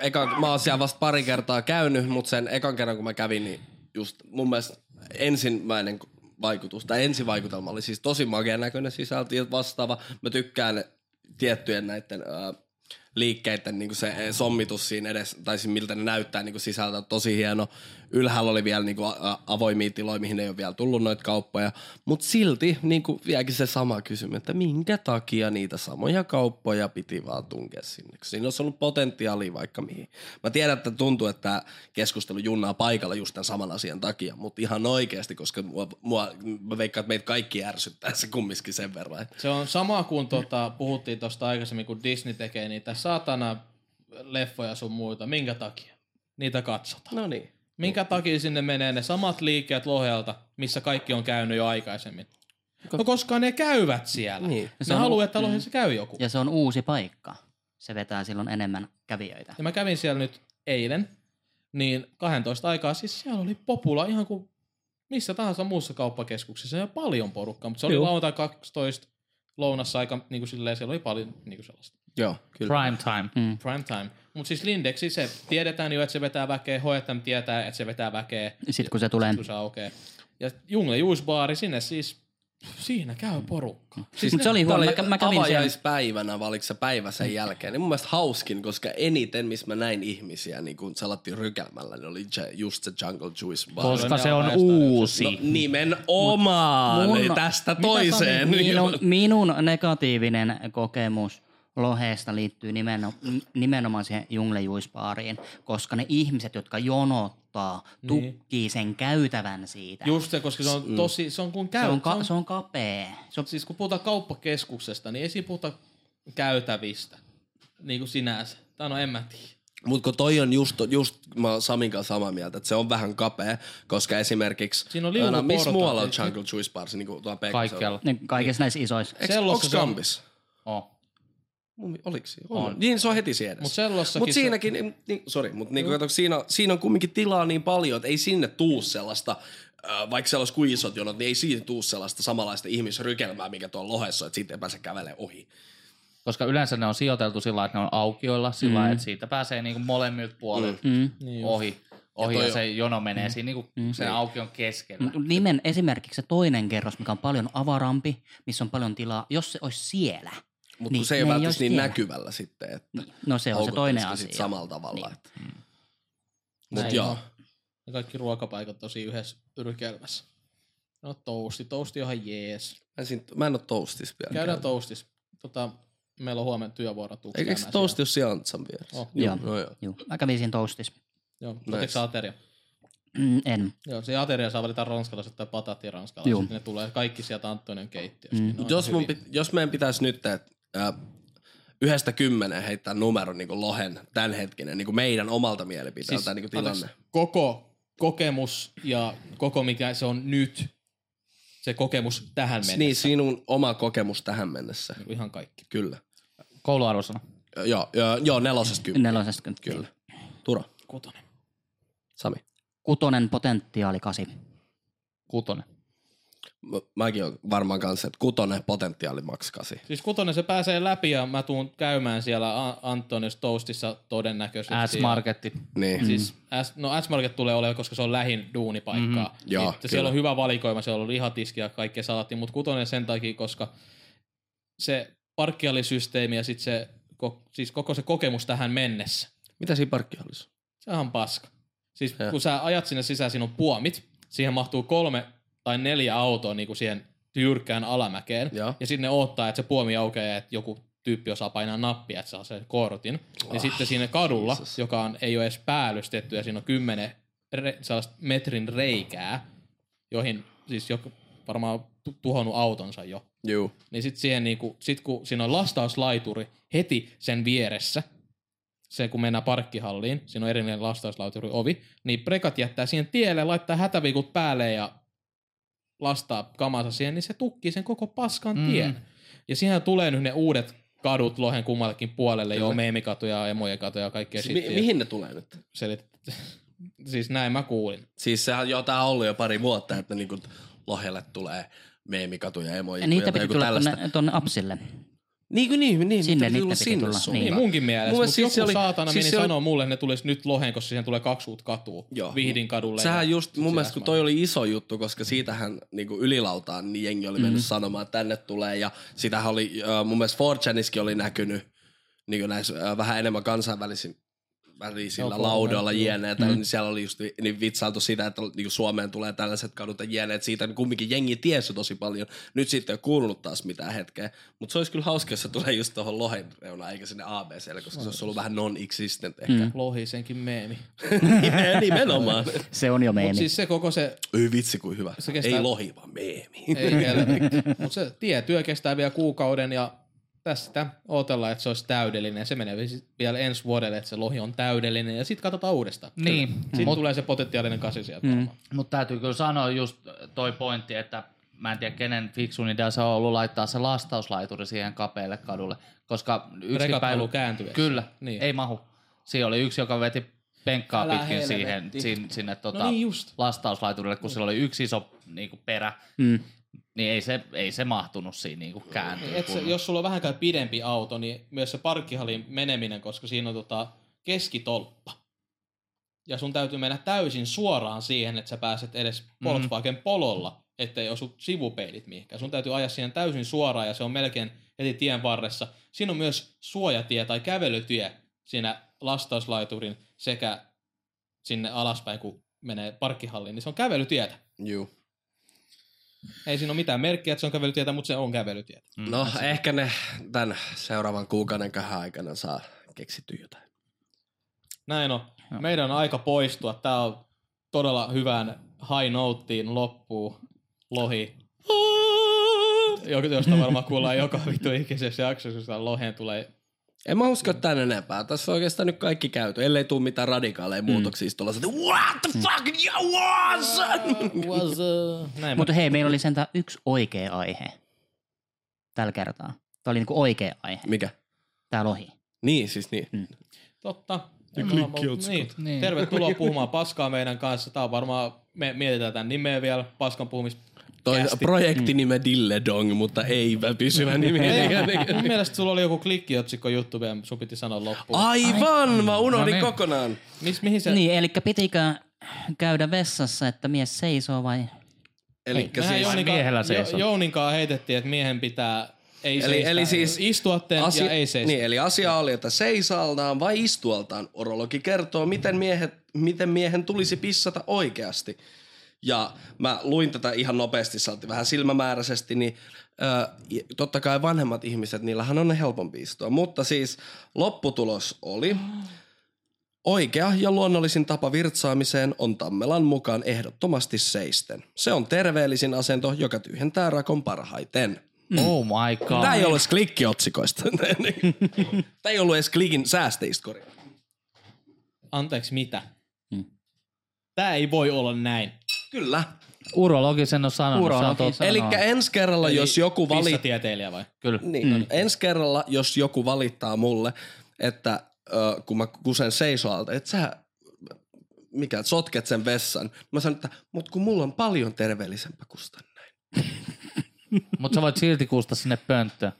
Speaker 8: eka, mä oon siellä vasta pari kertaa käynyt, mutta sen ekan kerran kun mä kävin, niin just mun mielestä ensimmäinen vaikutus tai ensivaikutelma oli siis tosi makean näköinen sisältö ja vastaava. Mä tykkään tiettyjen näiden äh, liikkeiden niin se eh, sommitus siinä edes, tai siis miltä ne näyttää niin sisältä, tosi hieno. Ylhäällä oli vielä niin kuin, avoimia tiloja, mihin ei ole vielä tullut noita kauppoja. Mutta silti niin kuin, vieläkin se sama kysymys, että minkä takia niitä samoja kauppoja piti vaan tunkea sinne. kun Siinä olisi ollut potentiaalia vaikka mihin. Mä tiedän, että tuntuu, että tämä keskustelu junnaa paikalla just tämän saman asian takia, mutta ihan oikeasti, koska mua, mua, mä veikkaan, että meitä kaikki ärsyttää se kumminkin sen verran.
Speaker 2: Se on sama kuin tota, puhuttiin tuosta aikaisemmin, kun Disney tekee niitä saatana leffoja sun muita. Minkä takia? Niitä katsotaan.
Speaker 8: No niin.
Speaker 2: Minkä takia sinne menee ne samat liikkeet lohelta, missä kaikki on käynyt jo aikaisemmin? No koska ne käyvät siellä. Niin.
Speaker 4: Se
Speaker 2: Ne
Speaker 4: on-
Speaker 2: haluaa, että lohessa käy joku. Ja.
Speaker 4: Ja se on uusi paikka. Se vetää silloin enemmän kävijöitä.
Speaker 2: ja mä kävin siellä nyt eilen, niin 12 aikaa, siis siellä oli popula ihan kuin missä tahansa muussa kauppakeskuksessa. Ja paljon porukkaa, mutta se oli
Speaker 1: Juu.
Speaker 2: lauantai 12 lounassa aika, niin kuin silleen, siellä oli paljon niin kuin sellaista.
Speaker 8: Joo, kyllä.
Speaker 1: Prime time.
Speaker 4: Mm.
Speaker 2: Prime time. Mutta siis Lindeksi se tiedetään jo, että se vetää väkeä, H&M HFM tietää, että se vetää väkeä.
Speaker 4: Sitten kun se tulee.
Speaker 2: kun se aukeaa. Ja Jungle Juice Baari sinne siis Siinä käy porukka.
Speaker 8: Siis
Speaker 4: Mut se oli
Speaker 8: tää
Speaker 4: huono. Mä kä- mä kävin siellä- Mm.
Speaker 8: avajaispäivänä, vai oliko se päivä sen jälkeen? Niin mun mielestä hauskin, koska eniten, missä mä näin ihmisiä, niin kun salattiin rykelmällä, niin oli se- just se Jungle Juice bar.
Speaker 1: Koska se on
Speaker 2: ajastaan
Speaker 1: uusi.
Speaker 8: No, nimenomaan.
Speaker 4: Mm. Mut
Speaker 8: Mun,
Speaker 4: mun-
Speaker 8: niin tästä toiseen.
Speaker 4: Minun, Niin, no,
Speaker 8: niin.
Speaker 4: minun negatiivinen kokemus lohesta liittyy nimeno, n- nimenomaan siihen junglejuispaariin, koska ne ihmiset, jotka jonottaa, tukkii sen käytävän siitä.
Speaker 2: Just se, koska se on tosi, se on kuin
Speaker 4: se,
Speaker 2: käy.
Speaker 4: on ka, se on kapea. Se on,
Speaker 2: siis kun puhutaan kauppakeskuksesta, niin ei siinä puhuta käytävistä. Niin kuin sinänsä. Tai no en mä tiedä.
Speaker 8: Mutta kun toi on just, just mä oon Samin kanssa samaa mieltä, että se on vähän kapea, koska esimerkiksi...
Speaker 2: Siinä on liukuportaat.
Speaker 8: missä muualla on Jungle Juice Bar, se niinku tuolla Pekkasella?
Speaker 1: Kaikkialla.
Speaker 4: ne kaikissa näissä isoissa.
Speaker 8: Eks-
Speaker 2: Sellossa
Speaker 8: Onks
Speaker 2: se on-
Speaker 8: Kampis?
Speaker 1: Oh.
Speaker 8: Mun- Oliko se? On. Niin, se on heti siinä
Speaker 2: Mut sellossakin
Speaker 8: Mut siinäkin, se... niin, sori, mutta niin, kato, siinä, siinä on kumminkin tilaa niin paljon, että ei sinne tuu sellaista, äh, vaikka siellä olisi kuin isot jonot, niin ei siinä tuu sellaista samanlaista ihmisrykelmää, mikä tuolla lohessa on, että siitä ei pääse kävelemään ohi.
Speaker 1: Koska yleensä ne on sijoiteltu sillä lailla, että ne on aukioilla sillä lailla, että siitä pääsee niinku molemmilta puolilta
Speaker 4: Mm.
Speaker 2: Niin
Speaker 1: mm. ohi. Ohi ja,
Speaker 8: toi-
Speaker 1: se jono menee siinä niinku sen
Speaker 4: Niin.
Speaker 1: aukion keskellä.
Speaker 4: Mut Nimen esimerkiksi se toinen kerros, mikä on paljon avarampi, missä on paljon tilaa, jos se olisi siellä.
Speaker 8: Mutta niin,
Speaker 4: Niin,
Speaker 8: se ei
Speaker 4: ne
Speaker 8: ole
Speaker 4: ei
Speaker 8: välttämättä
Speaker 4: ois
Speaker 8: niin
Speaker 4: siellä.
Speaker 8: näkyvällä sitten, että
Speaker 4: Niin, No se on se
Speaker 8: haukuttelisiko
Speaker 4: toinen
Speaker 8: sit
Speaker 4: asia.
Speaker 8: samalla tavalla. Niin. Että. Mut
Speaker 2: Näin
Speaker 8: joo.
Speaker 2: on. Ja kaikki ruokapaikat tosi yhdessä rykelmässä. No tousti, tousti on ihan jees.
Speaker 8: Mä, en siinä, mä en ole toastis vielä.
Speaker 2: Käydään toustis. Tota, meillä on huomenna työvuoro tukea.
Speaker 8: Eikö se toast ole siellä Antsan vieressä?
Speaker 2: Oh.
Speaker 8: Joo,
Speaker 4: Joo.
Speaker 8: No joo.
Speaker 4: Juu, mä kävin siinä toastissa.
Speaker 2: Joo,
Speaker 8: Nice.
Speaker 2: nice. ateria?
Speaker 4: Mm, En.
Speaker 2: Joo, se ateria saa valita ranskalaiset tai patatia ranskalaiset.
Speaker 4: Juu.
Speaker 2: Niin Ne tulee kaikki sieltä Anttonen keittiöstä. Mm.
Speaker 8: Mut jos, mun pit, jos meidän pitäisi nyt että, äh, yhdestä kymmenen heittää numero niin lohen tämänhetkinen niin meidän omalta mielipiteeltä siis, niin tilanne.
Speaker 2: anteeksi, koko kokemus ja koko mikä se on nyt, se kokemus tähän mennessä.
Speaker 8: Niin, sinun oma kokemus tähän mennessä.
Speaker 2: Niin. Ihan kaikki.
Speaker 8: Kyllä.
Speaker 1: Kouluarvosana.
Speaker 8: Ö, Joo, joo, joo nelosesta kymmenen.
Speaker 4: Nelosesta kymppiä.
Speaker 8: Kyllä. Tura,
Speaker 2: Kutonen.
Speaker 8: Sami.
Speaker 4: Kutonen potentiaali kasi.
Speaker 1: Kutonen.
Speaker 8: M- mäkin olen varmaan kanssa, että kutonen potentiaali maks kasi.
Speaker 2: Siis kutonen se pääsee läpi ja mä tuun käymään siellä A- Anttonis Toastissa todennäköisesti.
Speaker 1: S-Marketti.
Speaker 8: Niin. Siis,
Speaker 2: Siis S, no S-Market tulee olemaan, koska se on lähin duunipaikkaa. Mm,
Speaker 8: Mhm. Joo, kyllä.
Speaker 2: siellä on hyvä valikoima, siellä on lihatiski ja kaikkea salaattia, mutta kutonen sen takia, koska se parkkialisysteemi ja sitten se, ko, siis koko se kokemus tähän mennessä,
Speaker 8: Mitä siinä parkkihallissa?
Speaker 2: se on ihan paska. Siis
Speaker 8: Joo.
Speaker 2: kun sä ajat sinne sisään, siinä on puomit, siihen mahtuu kolme tai neljä autoa niin kuin siihen jyrkkään alamäkeen,
Speaker 8: Joo.
Speaker 2: ja sinne odottaa, että se puomi aukeaa ja että joku tyyppi osaa painaa nappia, että saa sen kortin. Ja sitten siinä kadulla,
Speaker 8: Ah, Jesus.
Speaker 2: joka on, ei ole edes päällystetty ja siinä on kymmenen re, sellaista metrin reikää, joihin siis joku varmaan on tu- tuhonnut autonsa jo.
Speaker 8: Juu.
Speaker 2: Niin sitten siihen niinku, sit kun siinä on lastauslaituri heti sen vieressä, se kun mennään parkkihalliin, siinä on erillinen lastauslaituri ovi, niin prekat jättää siihen tielle, laittaa hätäviikut päälle ja lastaa kamansa siihen, niin se tukkii sen koko paskan
Speaker 1: Mm.
Speaker 2: tien. Ja siihen tulee nyt ne uudet kadut lohen kummallekin puolelle, joo, meemikatuja, ja emojen katuja ja kaikkea
Speaker 8: Siis Mi-
Speaker 2: sitten.
Speaker 8: mihin ne tulee nyt?
Speaker 2: Selit... (laughs) siis näin mä kuulin.
Speaker 8: Siis sehän joo, tää on ollut jo pari vuotta, että niinku lohelle tulee meemikatuja, emoja.
Speaker 4: Ja niitä piti tulla tuonne, tuonne Apsille.
Speaker 8: Niin kuin niin, niin.
Speaker 4: Sinne
Speaker 8: niitä
Speaker 4: niitä piti tulla,
Speaker 8: suuntaan.
Speaker 2: Niin
Speaker 4: Niin.
Speaker 2: munkin
Speaker 8: Mun
Speaker 2: mielestä,
Speaker 8: mielestä
Speaker 2: mutta
Speaker 8: siis
Speaker 2: siis
Speaker 8: se
Speaker 2: joku
Speaker 8: oli-
Speaker 2: oli, saatana siis
Speaker 8: siis
Speaker 2: meni
Speaker 8: se oli-
Speaker 2: sanoa mulle, että ne tulisi nyt lohen, koska siihen tulee kaksi uutta katua.
Speaker 8: Joo.
Speaker 2: Vihdin kadulle.
Speaker 8: Sehän
Speaker 2: ja
Speaker 8: just mun
Speaker 2: sit
Speaker 8: mielestä, kun
Speaker 2: S-Market.
Speaker 8: toi oli iso juttu, koska siitähän niin kuin ylilautaan niin jengi oli mennyt mm-hmm. sanomaan, että tänne tulee. Ja sitähän oli, äh, mun mielestä 4 oli näkynyt niin kuin näissä, äh, vähän enemmän kansainvälisin välisillä
Speaker 2: Joo,
Speaker 8: laudoilla jne. Mm. Niin siellä oli just vi- niin vitsailtu sitä, että niin kuin Suomeen tulee tällaiset kadut ja jne. Et siitä kumminkin jengi tiesi tosi paljon. Nyt siitä ei ole kuulunut taas mitään hetkeä. Mutta se olisi kyllä hauska, jos se tulee just tuohon lohen reunaan, eikä sinne ABClle, koska se olisi ollut vähän non-existent ehkä.
Speaker 2: Lohi senkin meemi.
Speaker 8: Mm. (laughs) Nimenomaan.
Speaker 4: Se on jo meemi.
Speaker 2: Mutta
Speaker 4: Siis,
Speaker 2: siis se koko se,
Speaker 8: Ei vitsi kuin hyvä.
Speaker 2: Se kestää-
Speaker 8: Ei lohi, vaan meemi.
Speaker 2: ei Mutta se tietyö kestää vielä kuukauden ja tästä odotellaan, että se olisi täydellinen. Se menee vi- vielä ensi vuodelle, että se lohi on täydellinen ja sitten katsotaan uudestaan.
Speaker 1: Niin,
Speaker 2: Sitten tulee se potentiaalinen kasi sieltä. Mm.
Speaker 1: Mutta täytyy kyllä sanoa just toi pointti, että mä en tiedä kenen fiksun idea se on ollut laittaa se lastauslaituri siihen kapealle kadulle, koska yksi
Speaker 2: Rekat haluu kääntyä.
Speaker 1: Kyllä,
Speaker 2: Niin.
Speaker 1: niin. ei mahu. Siinä oli yksi, joka veti penkkaa
Speaker 2: Älä
Speaker 1: Älä pitkin
Speaker 2: helvetti.
Speaker 1: siihen, sinne, sinne tota,
Speaker 2: niin just.
Speaker 1: lastauslaiturille, kun sillä oli yksi iso niinku, perä, mm. niin ei se, ei se mahtunut siinä niinku, kääntyä.
Speaker 2: Et Niin se, jos sulla on vähänkään pidempi auto, niin myös se parkkihallin meneminen, koska siinä on tota keskitolppa. Ja sun täytyy mennä täysin suoraan siihen, että sä pääset edes Volkswagen Pololla ettei osu sivupeilit mihinkään. Sun täytyy ajaa siihen täysin suoraan ja se on melkein heti tien varressa. Siinä on myös suojatie tai kävelytie siinä lastauslaiturin sekä sinne alaspäin, kun menee parkkihalliin, niin se on kävelytietä.
Speaker 8: Juu.
Speaker 2: Ei siinä ole mitään merkkiä, että se on kävelytietä, mutta se on kävelytietä.
Speaker 8: No ehkä ne tämän seuraavan kuukauden kahden aikana saa keksitty jotain.
Speaker 2: Näin on. Meidän on aika poistua. Tää on todella hyvään high notein loppuun lohi. Joka- Josta varmaan kuullaan joka vittu ikisessä jaksossa, jos tää loheen tulee.
Speaker 8: En mä usko tämän enempää. Tässä on oikeastaan nyt kaikki käyty, ellei tule mitään radikaaleja muutoksia. Mm. Tuolla sanotaan, what the fuck you was?
Speaker 2: (laughs) Näin
Speaker 4: Mutta hei, meillä oli sentään yksi oikea aihe tällä kertaa. Tämä oli niinku oikea aihe,
Speaker 8: Mikä?
Speaker 4: tämä lohi.
Speaker 8: Niin, siis niin.
Speaker 2: Totta. Niin. niin. Tervetuloa puhumaan paskaa meidän kanssa. Tää on varmaan, me mietitään tämän nimeä vielä, paskan puhumista.
Speaker 8: Toi projektinime Dilledong, mutta ei pysyvä nimi.
Speaker 2: Ei, mun mielestä sulla oli joku klikkiotsikko juttu vielä, sun piti sanoa
Speaker 8: Ah,
Speaker 2: loppuun.
Speaker 8: Aivan, mä unohdin
Speaker 1: No niin.
Speaker 8: kokonaan.
Speaker 2: Mis, mihin se...
Speaker 4: Se... Niin, eli pitikö käydä vessassa, että mies seisoo vai...
Speaker 8: Eli
Speaker 2: Mehän
Speaker 8: siis
Speaker 2: Jouninkaan-
Speaker 1: miehellä seisoo.
Speaker 2: Jo- Jouninkaan heitettiin, että miehen pitää ei
Speaker 8: Eli-
Speaker 2: seistä,
Speaker 8: eli siis
Speaker 2: istuatteen Asia, ja ei seistä.
Speaker 8: Niin, eli asia oli, että seisaltaan vai istualtaan orologi kertoo, miten, miehet, miten miehen tulisi pissata oikeasti. Ja mä luin tätä ihan nopeasti, salti vähän silmämääräisesti, niin ö, ja totta kai vanhemmat ihmiset, niillähän on helpompi istua. Mutta siis lopputulos oli, oikea ja luonnollisin tapa virtsaamiseen on Tammelan mukaan ehdottomasti seisten. Se on terveellisin asento, joka tyhjentää rakon parhaiten.
Speaker 1: Oh my god.
Speaker 8: Tämä ei ollut edes (laughs) klikkiotsikoista. Tämä ei ollut edes klikin säästeistä korjaa.
Speaker 2: Anteeksi, mitä?
Speaker 1: Hmm.
Speaker 2: Tää ei voi olla näin.
Speaker 8: Kyllä.
Speaker 1: Urologi sen on sanonut.
Speaker 4: Urologi.
Speaker 8: Eli ensi kerralla, jos joku valittaa,
Speaker 2: Pissatieteilijä vai?
Speaker 8: niin, ensi kerralla, jos joku valittaa mulle, että ö, kun mä kusen seisoalta, että sä mikä, sotket sen vessan. Mä sanon, että mut kun mulla on paljon terveellisempää kustan.
Speaker 1: Mutta sä voit silti kuusta sinne pönttöön.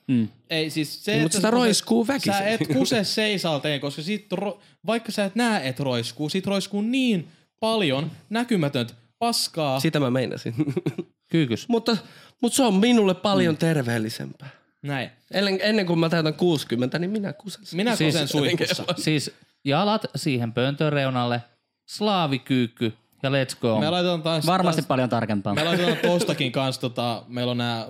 Speaker 2: Ei siis se,
Speaker 8: Niin,
Speaker 2: että
Speaker 8: mutta
Speaker 2: sä
Speaker 8: sitä
Speaker 2: kuset-
Speaker 8: roiskuu väkisin.
Speaker 2: Sä et kuse seisalteen, koska sit ro, vaikka sä et näe, et roiskuu, sit roiskuu niin paljon näkymätöntä paskaa. Sit.
Speaker 8: Sitä mä meinasin. (laughs)
Speaker 1: Kyykys.
Speaker 8: mutta, mutta se on minulle paljon terveellisempää.
Speaker 2: Näin.
Speaker 8: Ennen, ennen kuin mä täytän 60, niin minä kusen sen.
Speaker 2: Minä siis,
Speaker 1: Siis-
Speaker 2: kusen
Speaker 8: (laughs)
Speaker 2: suihkussa.
Speaker 1: Siis jalat siihen pöntön reunalle, slaavikyykky ja let's go.
Speaker 2: Me laitetaan taas,
Speaker 4: Varmasti
Speaker 2: taas,
Speaker 4: paljon tarkempaa.
Speaker 2: me laitetaan tostakin kanssa, tota, meillä on nämä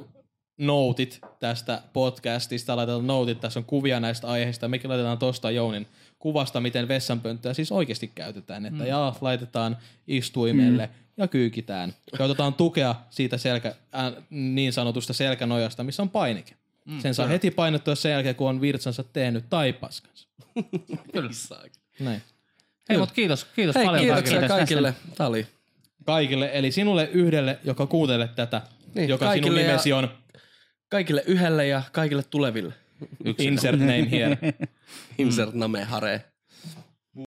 Speaker 2: noutit tästä podcastista, laitetaan noutit, tässä on kuvia näistä aiheista, mekin laitetaan tosta Jounin kuvasta, miten vessanpönttöä siis oikeasti käytetään, että mm. jaa, laitetaan istuimelle mm. ja kyykitään. Ja otetaan tukea siitä selkä, äh, niin sanotusta selkänojasta, missä on painike. Mm, Sen saa heti painottua sen jälkeen, kun on virtsansa tehnyt tai paskansa. Näin.
Speaker 1: Hei, mut kiitos, kiitos
Speaker 8: Hei,
Speaker 1: paljon kaikille.
Speaker 8: kiitoksia kaikille. Tämä oli
Speaker 2: Kaikille, eli sinulle yhdelle, joka kuuntelet tätä,
Speaker 8: Niin,
Speaker 2: niin, joka sinun
Speaker 8: kaikille ja-
Speaker 2: nimesi on
Speaker 8: kaikille yhdelle ja kaikille tuleville.
Speaker 2: (laughs) insert name here.
Speaker 8: Insert name hare.